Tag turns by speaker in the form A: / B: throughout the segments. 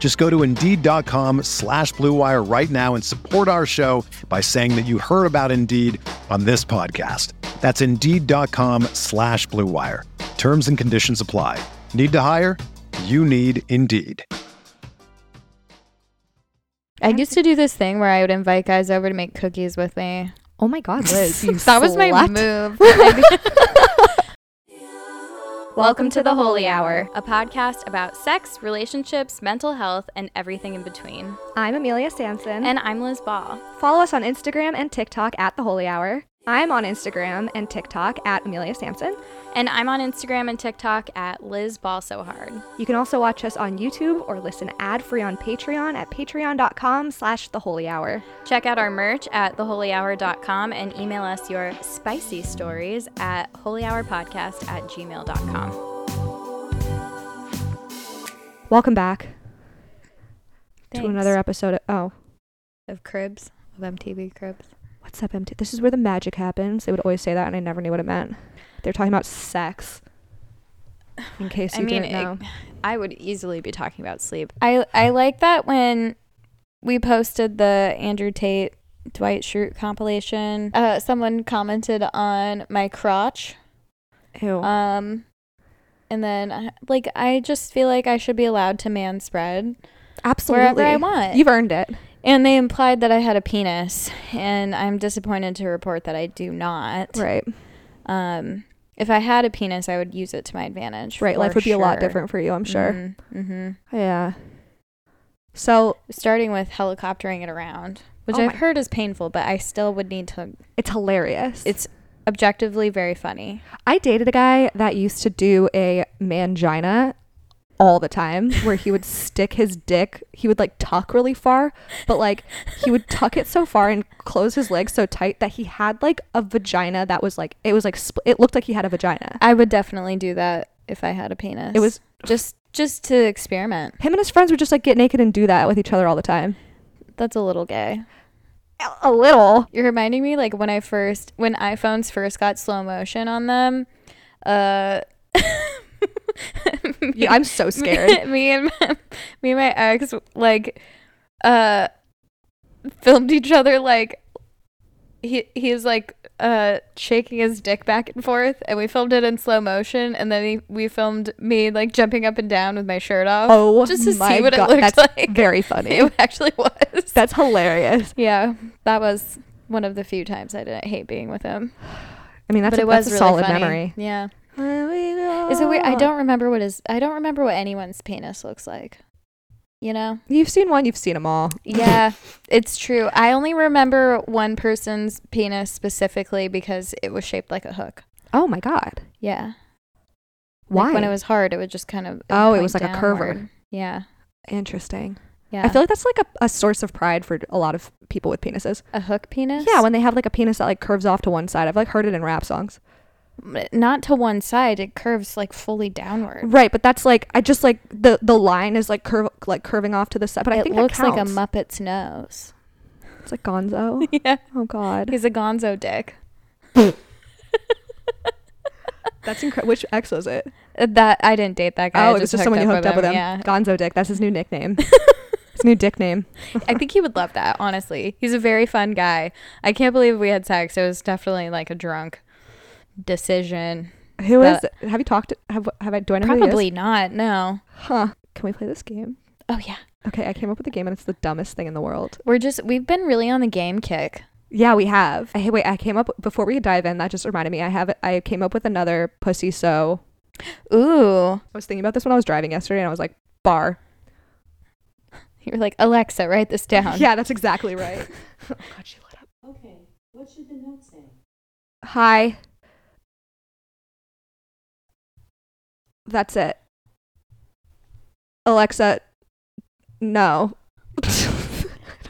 A: Just go to Indeed.com slash BlueWire right now and support our show by saying that you heard about Indeed on this podcast. That's Indeed.com slash BlueWire. Terms and conditions apply. Need to hire? You need Indeed.
B: I used to do this thing where I would invite guys over to make cookies with me.
C: Oh my God, Liz. you
B: That was my
C: slut.
B: move.
D: Welcome to the Holy Hour, a podcast about sex, relationships, mental health, and everything in between.
E: I'm Amelia Sampson.
D: And I'm Liz Ball.
E: follow us on Instagram and TikTok at The Holy Hour. I'm on Instagram and TikTok at Amelia Sampson.
D: And I'm on Instagram and TikTok at Liz Ball So Hard.
E: You can also watch us on YouTube or listen ad-free on Patreon at patreon.com slash The Holy Hour.
D: Check out our merch at theholyhour.com and email us your spicy stories at holyhourpodcast at gmail.com.
E: Welcome back
B: Thanks.
E: to another episode of... Oh,
B: of cribs of MTV cribs.
E: what's up, MT? This is where the magic happens. They would always say that, and I never knew what it meant. They're talking about sex. In case
D: I
E: you
D: mean,
E: didn't
D: it-
E: know.
D: I would easily be talking about sleep.
B: I I like that when we posted the Andrew Tate Dwight Schrute compilation. Uh, someone commented on my crotch.
E: Ew.
B: Um, and then I- like I just feel like I should be allowed to man spread
E: Absolutely.
B: wherever I want.
E: You've earned it.
B: and they implied that I had a penis, and I'm disappointed to report that I do not.
E: Right.
B: Um, if I had a penis, I would use it to my advantage.
E: Right.
B: for
E: Life would be a lot
B: sure.
E: different for you, I'm sure.
B: Mhm, mhm.
E: Yeah. So
B: Starting with helicoptering it around, which
E: Oh
B: I've
E: my-
B: heard is painful, but I still would need to.
E: it's hilarious.
B: It's objectively very funny.
E: I dated a guy that used to do a mangina all the time where he would stick his dick he would like tuck really far but like he would tuck it so far and close his legs so tight that he had like a vagina that was like it was like spl- it looked like he had a vagina
B: I would definitely do that if I had a penis.
E: it was
B: just just to experiment.
E: him and his friends would just like get naked and do that with each other all the time
B: That's a little gay.
E: A- a little
B: You're reminding me like when I first when iPhones first got slow motion on them. Uh
E: yeah, i'm so scared
B: me and my, me and my ex like uh filmed each other like he he's like uh shaking his dick back and forth and we filmed it in slow motion and then he, we filmed me like jumping up and down with my shirt off
E: oh
B: just to
E: my
B: see what it
E: God,
B: looked
E: that's
B: like
E: very funny
B: it actually was
E: That's hilarious.
B: yeah that was one of the few times I didn't hate being with him
E: I mean, that's
B: but
E: a,
B: it was
E: that's a
B: really
E: solid
B: funny.
E: memory. Ah.
B: yeah Is it weird? I don't remember what is. I don't remember what anyone's penis looks like. You know?
E: You've seen one. You've seen them all.
B: Yeah, it's true. I only remember one person's penis specifically because it was shaped like a hook.
E: Oh my god.
B: Yeah.
E: Why?
B: Like when it was hard, it would just kind of.
E: Oh, it
B: point
E: was like a curver.
B: downward. Yeah.
E: Interesting.
B: Yeah.
E: I feel like that's like a, a source of pride for a lot of people with penises.
B: a hook penis.
E: Yeah, when they have like a penis that like curves off to one side. I've like heard it in rap songs.
B: M- not to one side. It curves like fully downward.
E: Right, but that's like I just like the the line is like curve like curving off to the side. But I
B: it
E: think
B: looks
E: that
B: like a
E: counts.
B: Muppet's nose.
E: It's like Gonzo.
B: yeah.
E: oh god,
B: He's a Gonzo dick.
E: that's incredible. Which ex was it?
B: Uh, That I didn't date that guy. I
E: oh, it was just someone you hooked up with him.
B: Yeah.
E: Gonzo Dick. That's his new nickname. his new dick name.
B: I think he would love that, honestly. He's a very fun guy. I can't believe we had sex. It was definitely like a drunk decision.
E: Who is?
B: That-
E: Have you talked? Have have I? Do I know who he is?
B: Probably not. No.
E: Huh. Can we play this game?
B: Oh yeah.
E: Okay, I came up with a game and it's the dumbest thing in the world.
B: We're just we've been really on the game kick.
E: Yeah, we have. Hey, wait, I came up before we dive in. That just reminded me. I have. I came up with another pussy. So
B: Ooh.
E: I was thinking about this when I was driving yesterday, and I was like, bar.
B: You were like, Alexa, write this down.
E: Yeah, that's exactly right. oh God, she lit up.
F: Okay, what should the note say?
E: Hi. That's it. Alexa, no.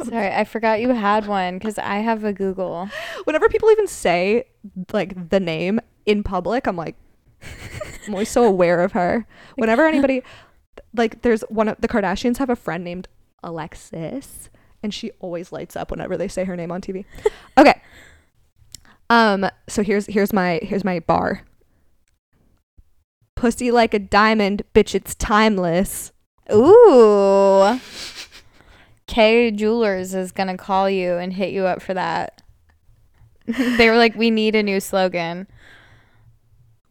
B: Sorry, I forgot you had one because I have a Google.
E: Whenever people even say like the name in public, I'm like, I'm always so aware of her. Whenever anybody, like, there's one of the Kardashians have a friend named Alexis, and she always lights up whenever they say her name on TV. Okay. Um. So here's here's my here's my bar. Pussy like a diamond, bitch. It's timeless.
B: Ooh. K Jewelers is gonna call you and hit you up for that. they were like, we need a new slogan.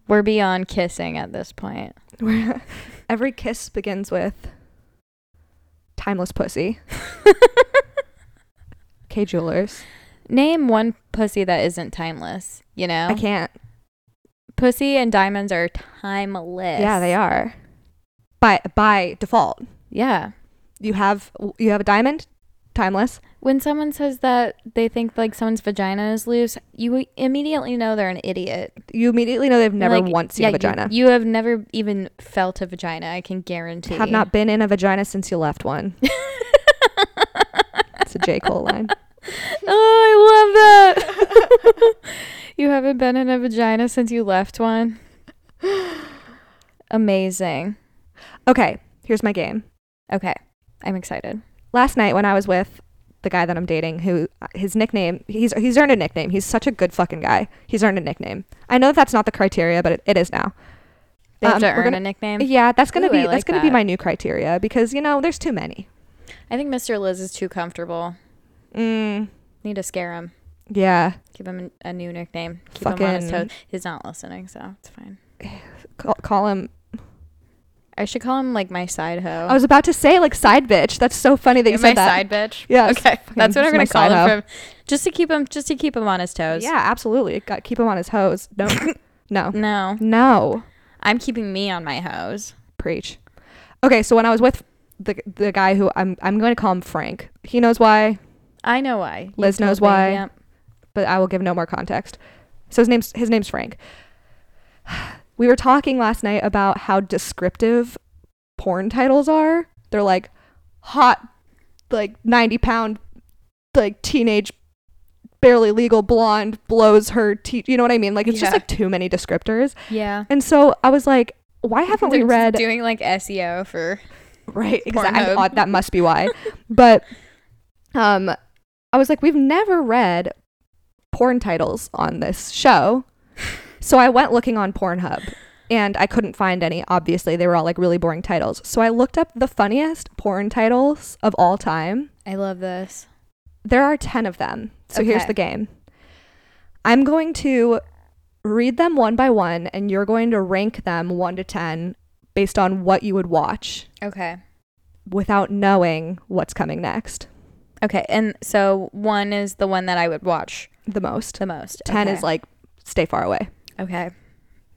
B: We're beyond kissing at this point.
E: Where every kiss begins with timeless pussy. K jewelers.
B: Name one pussy that isn't timeless. You know,
E: I can't.
B: pussy and diamonds are timeless.
E: Yeah, they are. By by default,
B: Yeah.
E: you have you have a diamond, timeless.
B: When someone says that they think like someone's vagina is loose, you immediately know they're an idiot.
E: You immediately know they've never
B: Like,
E: once seen
B: yeah,
E: a vagina.
B: You, you have never even felt a vagina. I can guarantee.
E: have not been in a vagina since you left one. it's a J Cole line.
B: Oh, I love that. you haven't been in a vagina since you left one. Amazing.
E: Okay, here's my game.
B: Okay. I'm excited.
E: last night when I was with the guy that I'm dating, who his nickname he's he's earned a nickname. He's such a good fucking guy. He's earned a nickname. I know that that's not the criteria, but it, it is now.
B: They have
E: Um,
B: to
E: we're
B: earn
E: gonna-
B: a nickname.
E: Yeah, that's gonna
B: Ooh,
E: be
B: I
E: that's
B: like
E: gonna be
B: that.
E: my new criteria because you know there's too many.
B: I think Mr. Liz is too comfortable.
E: Mm,
B: Need to scare him.
E: yeah,
B: Give him a a new nickname. Keep him on his
E: Fucking-
B: toes. He's not listening, so it's fine.
E: call, call him.
B: I should call him like my side hoe.
E: I was about to say like side bitch. That's so funny that you
B: Am
E: said
B: I
E: that.
B: side bitch.
E: Yeah, it's
B: Okay.
E: fucking-
B: That's what I'm
E: it's my
B: gonna call
E: side
B: him from just to keep him just to keep him on his toes.
E: Yeah, absolutely. Got keep him on his hose. No, no,
B: No.
E: no.
B: I'm keeping me on my hose.
E: Preach. Okay, so when I was with the the guy who I'm I'm going to call him Frank. He knows why.
B: I know why. You
E: Liz knows
B: told me,
E: why.
B: yep.
E: but I will give no more context. So his name's his name's Frank. We were talking last night about how descriptive porn titles are. They're like hot, like ninety pound, like teenage, barely legal blonde blows her teeth. You know what I mean? Like it's just
B: Yeah.
E: like too many descriptors.
B: Yeah.
E: And so I was like, why haven't we
B: They're just
E: read?
B: doing like SEO for
E: right, exactly.
B: Pornhub.
E: I- That must be why. but um, I was like, we've never read porn titles on this show. So I went looking on Pornhub and I couldn't find any. Obviously, they were all like really boring titles. So I looked up the funniest porn titles of all time.
B: I love this.
E: There are 10 of them. So here's
B: Okay.
E: the game I'm going to read them one by one and you're going to rank them one to 10 based on what you would watch
B: Okay.
E: without knowing what's coming next
B: Okay. And so one is the one that I would watch
E: the most.
B: the most.
E: 10
B: Okay.
E: is like stay far away.
B: Okay.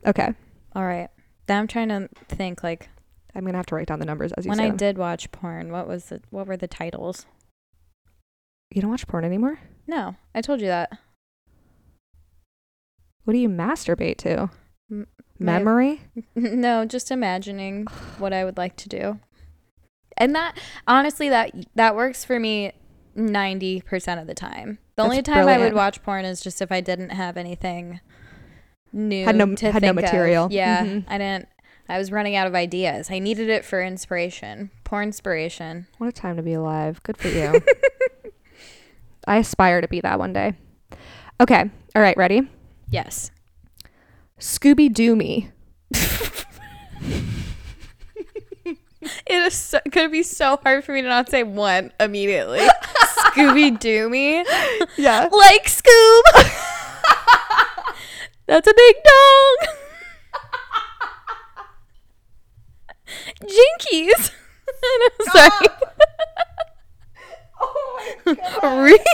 E: Okay.
B: All right. Now I'm trying to think like
E: I'm going to have to write down the numbers as you
B: when
E: say
B: I
E: them.
B: did watch porn, what was the what were the titles?
E: You don't watch porn anymore?
B: No, I told you that.
E: What do you masturbate to?
B: M- my-
E: Memory?
B: No, just imagining what I would like to do. And that honestly that that works for me 90% of the time. The only
E: That's
B: time I
E: brilliant.
B: would watch porn is just if I didn't have anything new
E: Had no-
B: to
E: had no
B: think of.
E: material.
B: Yeah.
E: Mhm.
B: I didn't I was running out of ideas. I needed it for inspiration. Porn inspiration.
E: What a time to be alive. Good for you. I aspire to be that one day. Okay. All right. Ready?
B: Yes.
E: Scooby Doo me.
B: It is so, gonna be so hard for me to not say one immediately. Scooby Doo me,
E: Yeah.
B: like Scoob. That's a big dog. Jinkies. I'm sorry.
E: oh
B: Ree.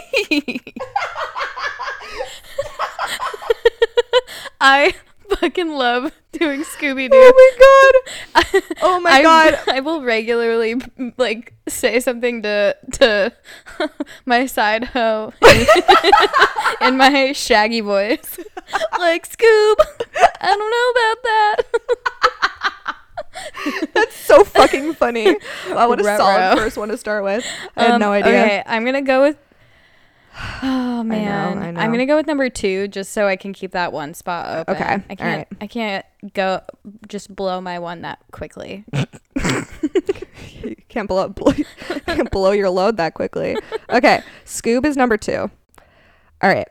B: I fucking love doing Scooby Doo.
E: Oh my god. Oh my
B: I-
E: god.
B: I will regularly m- like say something to to my side hoe in, in my shaggy voice, like Scoob. I don't know about that.
E: That's so fucking funny. Wow, what a
B: Ruh-roh.
E: solid first one to start with. I had
B: Um,
E: no idea.
B: Okay, I'm gonna go with. Oh man,
E: I know.
B: am gonna go with number two just so I can keep that one spot open.
E: Okay,
B: I can't.
E: alright.
B: I can't go just blow my one that quickly.
E: You can't blow, blow can't blow your load that quickly. Okay, Scoob is number two. All right,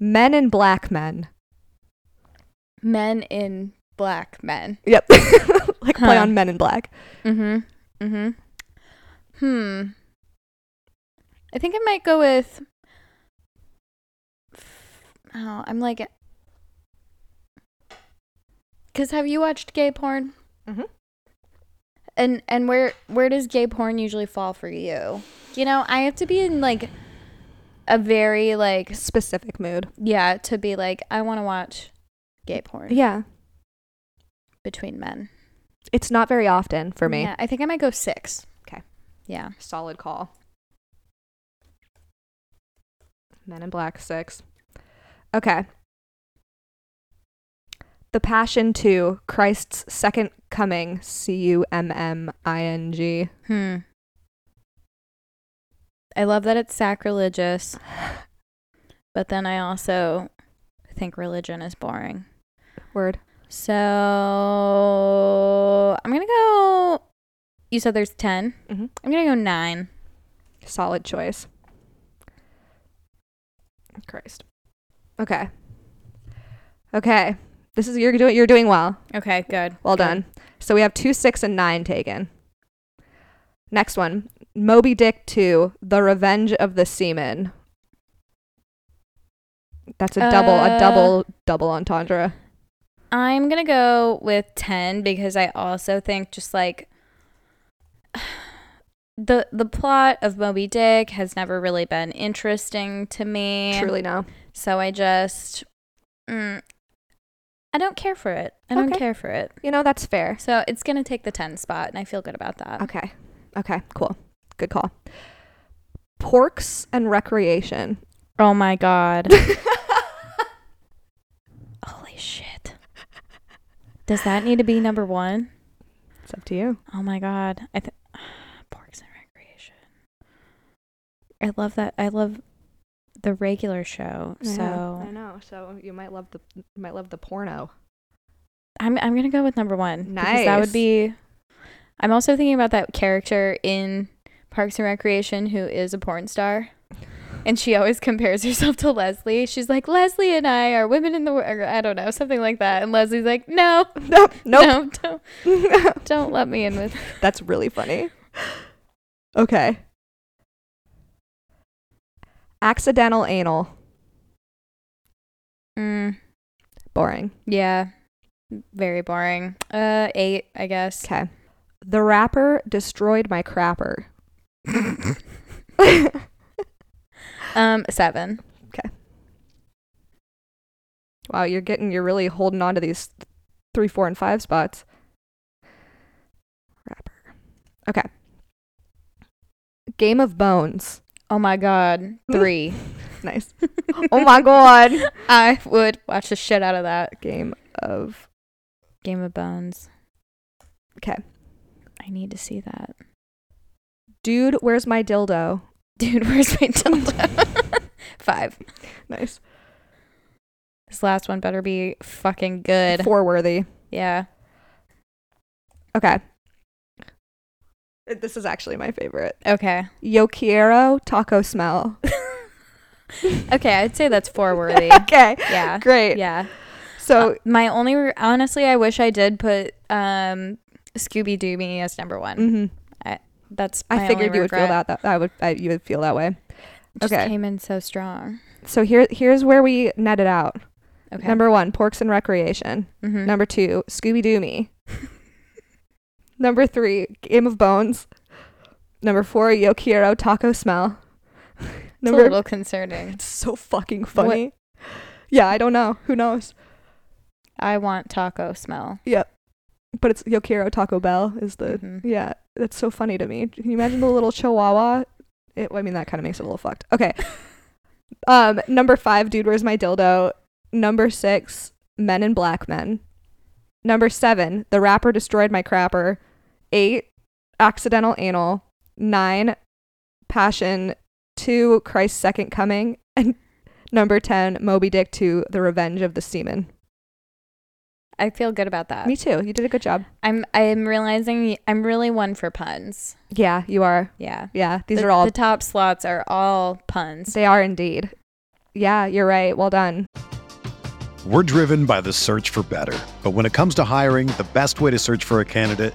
E: men and black men.
B: men in black men.
E: Yep, like play
B: Huh.
E: on men in black.
B: Mm-hmm. Mm-hmm. Hmm. I think I might go with. Oh, I'm like. Cause have you watched gay porn?
E: Mhm.
B: And and where where does gay porn usually fall for you? You know, I have to be in like a very like s-
E: Specific mood.
B: yeah to be like I want to watch gay porn
E: Yeah,
B: between men
E: it's not very often for me.
B: Yeah, I think I might go six.
E: 'Kay.
B: Yeah.
E: Solid call. Men in black six. Okay. The Passion Two, Christ's Second Coming. C U M M I N G.
B: Hmm. I love that it's sacrilegious, but then I also think religion is boring.
E: Word.
B: So I'm gonna go. You said there's 10
E: Mhm.
B: I'm gonna go nine.
E: Solid choice. Christ. Okay. Okay. This is you're doing you're doing well.
B: Okay, good.
E: Well done. So we have two six and nine taken. Next one. Moby Dick two, The Revenge of the Seaman. That's a double, a
B: Uh,
E: double, double entendre.
B: I'm gonna go with ten because I also think just like the the plot of Moby Dick has never really been interesting to me.
E: Truly no.
B: So I just, mm, I don't care for it. I don't
E: Okay.
B: care for it.
E: You know, that's fair.
B: So it's gonna take the ten spot, and I feel good about that.
E: Okay. Okay, cool. Good call. Porks and recreation.
B: Oh my god! Holy shit! Does that need to be number one?
E: It's up to you.
B: Oh my god! I think Parks and Recreation. I love that. I love the regular show.
E: I
B: So
E: know. So you might love the you might love the porno.
B: I'm I'm gonna go with number one. because That
E: Nice.
B: would be. I'm also thinking about that character in Parks and Recreation who is a porn star, and she always compares herself to Leslie. She's like, Leslie and I are women in the world. Or, I don't know, something like that. And Leslie's like, No,
E: Nope.
B: no, don't, don't let me in with.
E: That's really funny. Okay. Accidental anal.
B: Mm,
E: Boring.
B: yeah, very boring. Uh, eight, I guess.
E: Okay. The rapper destroyed my crapper.
B: Um, seven.
E: Wow, you're getting you're really holding on to these three, four, and five spots. Rapper. Okay. Game of Bones.
B: Oh my god, three.
E: Nice. oh my god.
B: I would watch the shit out of that
E: Game of
B: Game of Bones.
E: 'Kay.
B: I need to see that.
E: Dude, where's my dildo?
B: Dude, where's my dildo? Five.
E: Nice.
B: This last one better be fucking good.
E: Four worthy.
B: Yeah.
E: Okay. This is actually my favorite.
B: Okay.
E: Yo quiero taco smell.
B: Okay, I'd say that's four worthy.
E: okay.
B: Yeah.
E: Great.
B: Yeah. Uh,
E: So
B: My only, re- honestly, I wish I did put um, Scooby Doo me as number one.
E: mhm.
B: That's my
E: I
B: Uh, only
E: figured you would feel
B: regret.
E: that, that I would I, you would feel that way.
B: Just
E: okay.
B: came in so strong.
E: So here here's where we net it out.
B: Okay.
E: Number 1, Porks and Recreation.
B: Mhm.
E: Mm-hmm. Number 2, Scooby Doo Me. Number 3, Game of Bones. Number 4, Yo quiero taco smell.
B: It's a
E: Number
B: little concerning.
E: it's so fucking funny. Yeah, I don't know. Who knows?
B: I want taco smell.
E: But it's Yokiro Taco Bell is the
B: Mhm.
E: yeah. That's so funny to me. Can you imagine the little Chihuahua? It, I mean, that kind of makes it a little fucked. Okay. Um, number five, dude, where's my dildo? Number six, men and black men. Number seven, the rapper destroyed my crapper. Eight, accidental anal. Nine, passion. Two, Christ's second coming. And number ten, Moby Dick to the revenge of the seaman.
B: I feel good about that.
E: Me too. You did a good job.
B: I'm I'm realizing y- I'm really one for puns.
E: Yeah, you are.
B: Yeah.
E: Yeah, these
B: The-
E: are all.
B: the top slots are all puns.
E: they are indeed. Yeah, you're right. Well done.
A: We're driven by the search for better. But when it comes to hiring, the best way to search for a candidate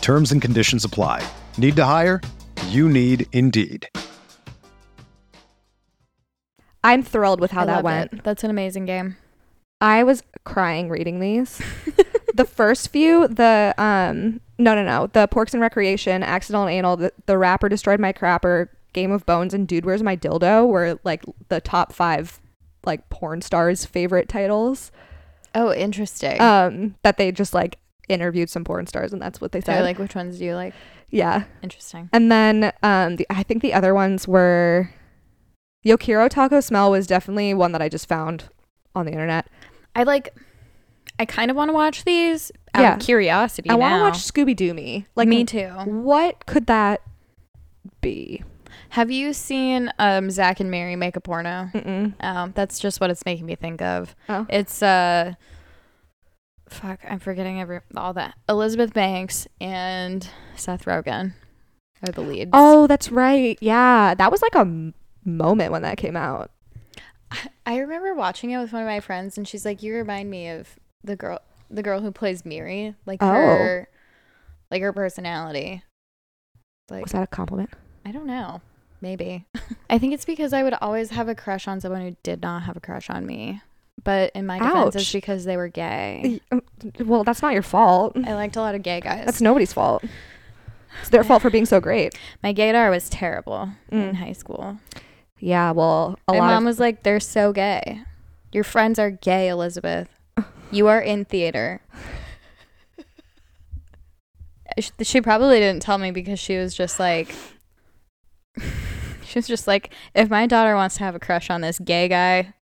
A: Terms and conditions apply. Need to hire? You need Indeed.
E: I'm thrilled with how
B: I
E: that
B: love
E: went.
B: it. That's an amazing game.
E: I was crying reading these. the first few, the um, no, no, no, the Porks and Recreation, Accidental Anal, the, the Rapper Destroyed My Crapper, Game of Bones, and Dude Where's My Dildo were like the top five like porn stars' favorite titles.
B: Oh, interesting.
E: Um, that they just like interviewed some porn stars, and that's what they
B: so
E: said.
B: like which ones do you like?
E: yeah.
B: Interesting.
E: And then um, the, I think the other ones were Yokiro Taco Smell was definitely one that I just found on the internet.
B: I like I kind of want to watch these out
E: Yeah.
B: of curiosity
E: I want to
B: now.
E: watch Scooby Doo Me. Like
B: me too.
E: What could that be?
B: Have you seen um Zach and Mary make a porno?
E: Mm-mm.
B: Um, that's just what it's making me think of.
E: Oh.
B: It's uh fuck, I'm forgetting every all that. Elizabeth Banks and Seth Rogen are the leads.
E: Oh, that's right. Yeah, that was like a m- moment when that came out.
B: I remember watching it with one of my friends and she's like, You remind me of the girl the girl who plays Miri. Like
E: Oh.
B: her like her personality. Like
E: Was that a compliment?
B: I don't know. Maybe. I think it's because I would always have a crush on someone who did not have a crush on me. But in my defense, it's
E: Ouch.
B: because they were gay.
E: Y- um, Well, that's not your fault.
B: I liked a lot of gay guys.
E: That's nobody's fault. It's their fault for being so great.
B: my gaydar was terrible in
E: Mm.
B: high school.
E: Yeah, well, a
B: my
E: lot
B: mom
E: of
B: was like, "They're so gay. Your friends are gay, Elizabeth. You are in theater." Sh- she probably didn't tell me because she was just like, she was just like, if my daughter wants to have a crush on this gay guy,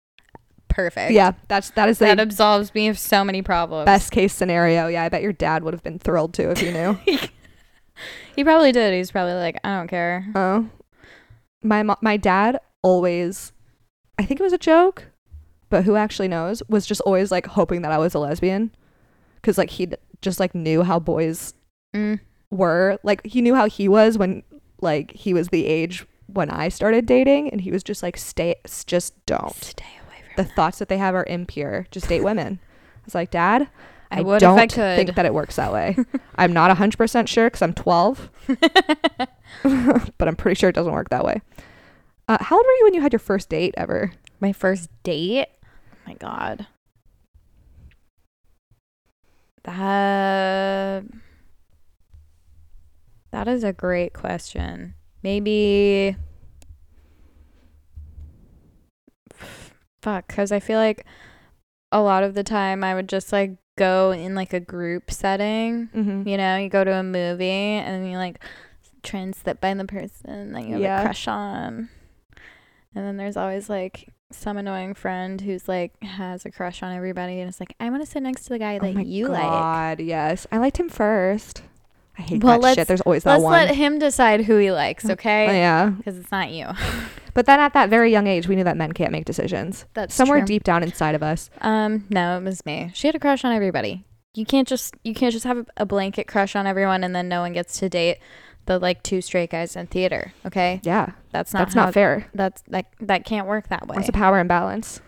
B: perfect.
E: yeah, that's that is the
B: that absolves me of so many problems.
E: best case scenario. Yeah, I bet your dad would have been thrilled too if you knew.
B: He probably did. He's probably like, I don't care.
E: Oh, my mo- my dad always, I think it was a joke, but who actually knows? Was just always like hoping that I was a lesbian, because like he just like knew how boys
B: Mm.
E: were. Like he knew how he was when like he was the age when I started dating, and he was just like stay, s- just don't.
B: Stay away from.
E: The thoughts that they have are impure. Just date women. I was like, Dad,
B: I
E: I,
B: would if
E: don't
B: I could."
E: think that it works that way. I'm not 100% sure because I'm 12, but I'm pretty sure it doesn't work that way. Uh, how old were you when you had your first date ever?
B: my first date. Oh my god. That That is a great question. Maybe fuck cuz I feel like a lot of the time I would just like go in like a group setting.
E: Mm-hmm.
B: You know, you go to a movie and you like try and sit by the person that you have
E: Yeah.
B: a crush on. And then there's always like some annoying friend who's like has a crush on everybody and it's like, I want to sit next to the guy that
E: oh my
B: you like.
E: God, yes. I liked him first. I hate
B: Well,
E: that shit.
B: let's-
E: There's always that
B: Let's
E: one.
B: let him decide who he likes,
E: Oh,
B: okay?
E: yeah.
B: Because it's not you.
E: But then at that very young age, we knew that men can't make decisions.
B: That's
E: Somewhere
B: true.
E: deep down inside of us.
B: Um, no, it was me. She had a crush on everybody. You can't just you can't just have a, a blanket crush on everyone and then no one gets to date the like two straight guys in theater. Okay,
E: Yeah.
B: that's not
E: that's
B: how,
E: not fair.
B: That's like that can't work that way.
E: That's a power imbalance.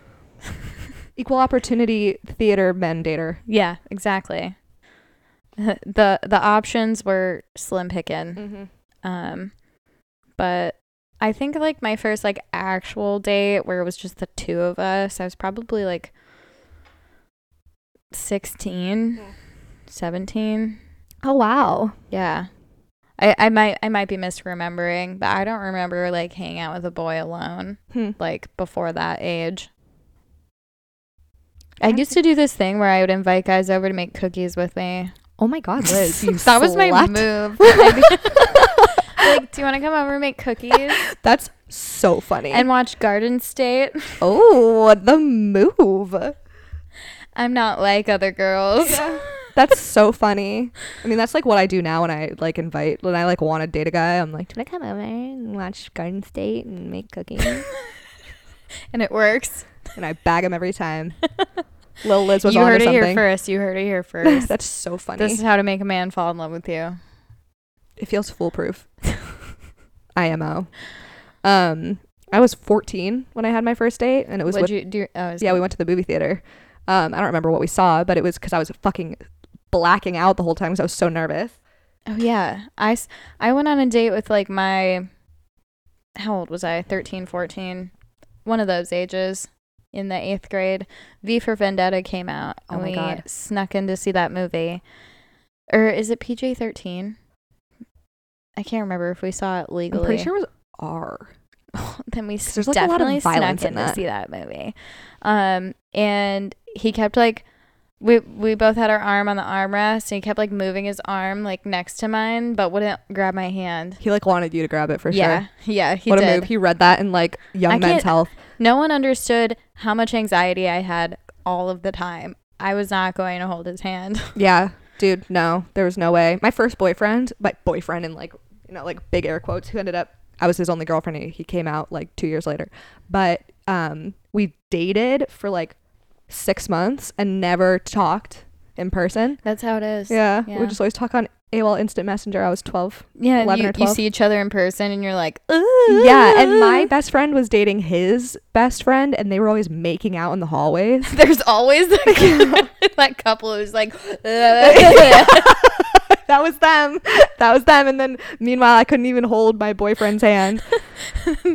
E: Equal opportunity theater men dater.
B: yeah, exactly. the The options were slim pickin.
E: Mm-hmm.
B: Um, but I think like my first like actual date where it was just the two of us. I was probably like 16, 17.
E: Oh, wow.
B: Yeah. I, I might I might be misremembering, but I don't remember like hanging out with a boy alone
E: Hmm.
B: like before that age. I used to do this thing where I would invite guys over to make cookies with me.
E: Oh, my God, Liz. You
B: that was my
E: slut.
B: move. like, do you want to come over and make cookies
E: That's so funny.
B: and watch Garden State?
E: oh, the move.
B: I'm not like other girls.
E: That's so funny. I mean, that's like what I do now when I like invite, when I like want to date a guy. I'm like, do you want to come over and watch Garden State and make cookies?
B: and it works.
E: and I bag him every time. Lil Liz was
B: you
E: on
B: heard
E: or
B: it here
E: something.
B: first. You heard it here first.
E: That's so funny.
B: this is how to make a man fall in love with you.
E: it feels foolproof. IMO. Um, I was 14 when I had my first date, and it was
B: Would
E: with,
B: you do? Oh, I was
E: yeah, we went to the movie theater. Um, I don't remember what we saw, but it was because I was fucking blacking out the whole time because I was so nervous.
B: Oh yeah. I s- I went on a date with like my how old was I? 13, 14. One of those ages in the 8th grade. V for Vendetta came out
E: Oh
B: and
E: my
B: we
E: God.
B: snuck in to see that movie. Or is it PJ-13? I can't remember if we saw it legally.
E: I'm pretty sure it was R.
B: then we
E: 'Cause there's, like, a lot of
B: definitely
E: violence
B: snuck
E: in
B: in
E: that.
B: to see that movie. Um, and he kept like we we both had our arm on the armrest, and he kept like moving his arm like next to mine, but wouldn't grab my hand.
E: He like wanted you to grab it for
B: yeah,
E: sure.
B: yeah, he
E: what
B: did.
E: a move. He read that in like Young
B: I
E: Men's
B: can't-
E: Health.
B: No one understood how much anxiety I had all of the time. I was not going to hold his hand.
E: Yeah, dude, no, there was no way. My first boyfriend, my boyfriend in like you know like big air quotes, who ended up I was his only girlfriend. and He came out like two years later, but um, we dated for like six months and never talked in person.
B: That's how it is.
E: Yeah, we
B: yeah.
E: would just always talk on AOL Instant Messenger. I was twelve.
B: yeah.
E: 11
B: you,
E: or
B: you
E: 12.
B: see each other in person, and you're like, "Ugh."
E: Yeah, and my best friend was dating his best friend, and they were always making out in the hallways.
B: there's always that, that couple who's like.
E: that was them. That was them. And then meanwhile, I couldn't even hold my boyfriend's hand.
B: Uh,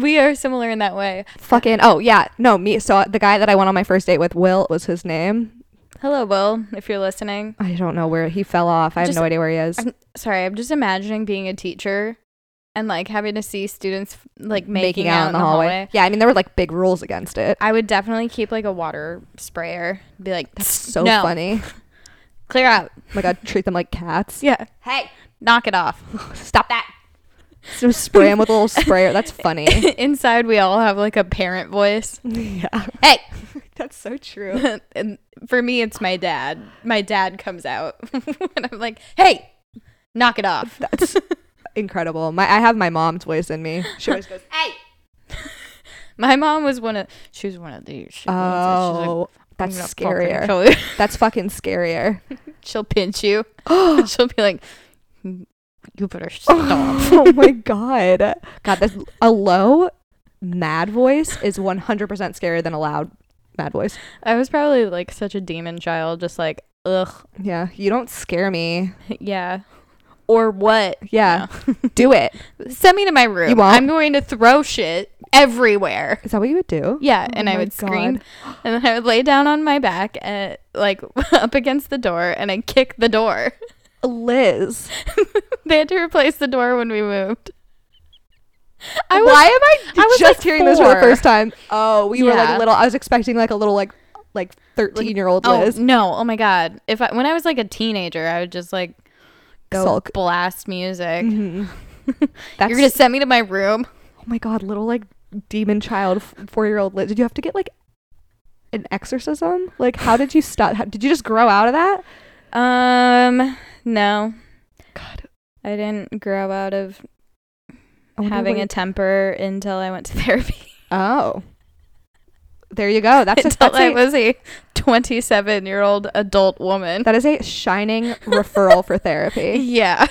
B: we are similar in that way.
E: Fucking oh yeah, no me. So the guy that I went on my first date with, Will, was his name.
B: Hello, Will, if you're listening.
E: I don't know where he fell off. I have
B: Just-
E: no idea where he is.
B: I'm sorry, I'm just imagining being a teacher and like having to see students f- like making, out, in the hallway.
E: Yeah, I mean there were like big rules against it.
B: I would definitely keep like a water sprayer. Be like,
E: That's so
B: No.
E: funny.
B: clear out.
E: Oh my god, treat them like cats.
B: Yeah. Hey, knock it off. Stop that.
E: So spray them with a little sprayer. That's funny.
B: Inside, we all have like a parent voice.
E: yeah,
B: Hey,
E: that's so true.
B: and for me, it's my dad. My dad comes out, and I'm like, hey, knock it off.
E: That's incredible. My I have my mom's voice in me. She always goes.
B: My mom was one of she was one of these. She was like- she's like,
E: Oh,
B: "I'm
E: that's
B: gonna fucking
E: scarier.
B: kill you."
E: That's fucking scarier.
B: She'll pinch you.
E: oh
B: She'll be like, "You better stop."
E: Oh my god. God, that's a low mad voice is 100% scarier than a loud mad voice.
B: I was probably like such a demon child, just like, ugh,
E: Yeah, you don't scare me.
B: yeah, or what?
E: Yeah. Do it.
B: Send me to my room.
E: You won't?
B: I'm going to throw shit everywhere.
E: Is that what you would do?
B: Yeah, and I
E: Oh my
B: would scream, and then I would lay down on my back, at, like up against the door, and I kick the door.
E: Liz.
B: They had to replace the door when we moved. I
E: Why am I,
B: I was,
E: just
B: like,
E: hearing this for the
B: four.
E: first time? Oh, we were like
B: Yeah.
E: little I was expecting like a little like like 13-year-old
B: Oh
E: Liz.
B: no! Oh my god! If I, when I was like a teenager, I would just like go
E: Sulk.
B: blast music.
E: Mhm. That's
B: You're gonna send me to my room.
E: Oh my god, little like demon child four year old Liz? Did you have to get like an exorcism? Like, how did you stop? How, did you just grow out of that?
B: Um, no,
E: God,
B: I didn't grow out of
E: I wonder
B: having
E: what
B: a
E: it-
B: temper until I went to therapy.
E: oh, there you go. That's a,
B: until
E: that's
B: I
E: a,
B: was a 27 year old adult woman.
E: that is a shining referral for therapy.
B: Yeah.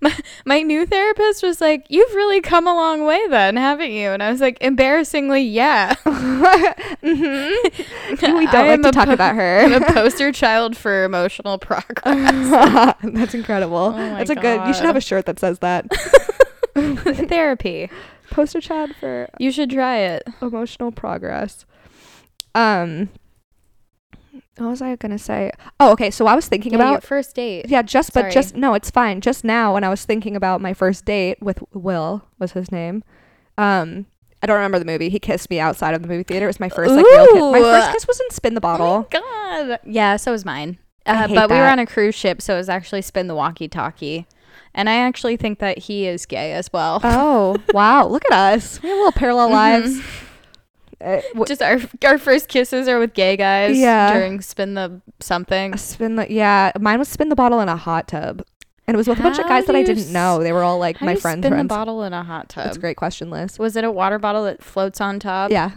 B: My, my new therapist was like, You've really come a long way then, haven't you? And I was like, Embarrassingly, yeah.
E: mm-hmm. We don't
B: I
E: like
B: am
E: to
B: a
E: talk
B: po-
E: about
B: I'm
E: her.
B: a poster child for emotional progress. Oh
E: that's incredible.
B: my
E: that's a good. You should
B: God.
E: have a shirt that says that.
B: Therapy.
E: Poster child for
B: You should try it.
E: emotional progress. Um, what was I gonna say? Oh, okay. So I was thinking
B: Yeah, your
E: about
B: first date.
E: yeah, just but
B: sorry.
E: just no, it's fine. Just now, when I was thinking about my first date with Will, was his name. Um, I don't remember the movie. He kissed me outside of the movie theater. It was my first like real kiss. My
B: Ooh.
E: first kiss was in Spin the Bottle.
B: Oh my God. Yeah, so was mine.
E: I
B: Uh,
E: hate
B: but we were
E: that.
B: on a cruise ship, so it was actually spin the walkie talkie. And I actually think that he is gay as well.
E: Oh wow! Look at us. We have little
B: mm-hmm.
E: parallel lives. Mm-hmm. Uh, wh-
B: Just our our first kisses are with gay guys
E: Yeah.
B: during spin the something.
E: spin the yeah. Mine was spin the bottle in a hot tub, and it was with a bunch of
B: How
E: guys that
B: do
E: I
B: you
E: didn't
B: s-
E: know. They were all like
B: How
E: my
B: do you
E: friends.
B: spin
E: friends.
B: the bottle in a hot tub.
E: That's a great question, Liz.
B: Was it a water bottle that floats on top?
E: Yeah.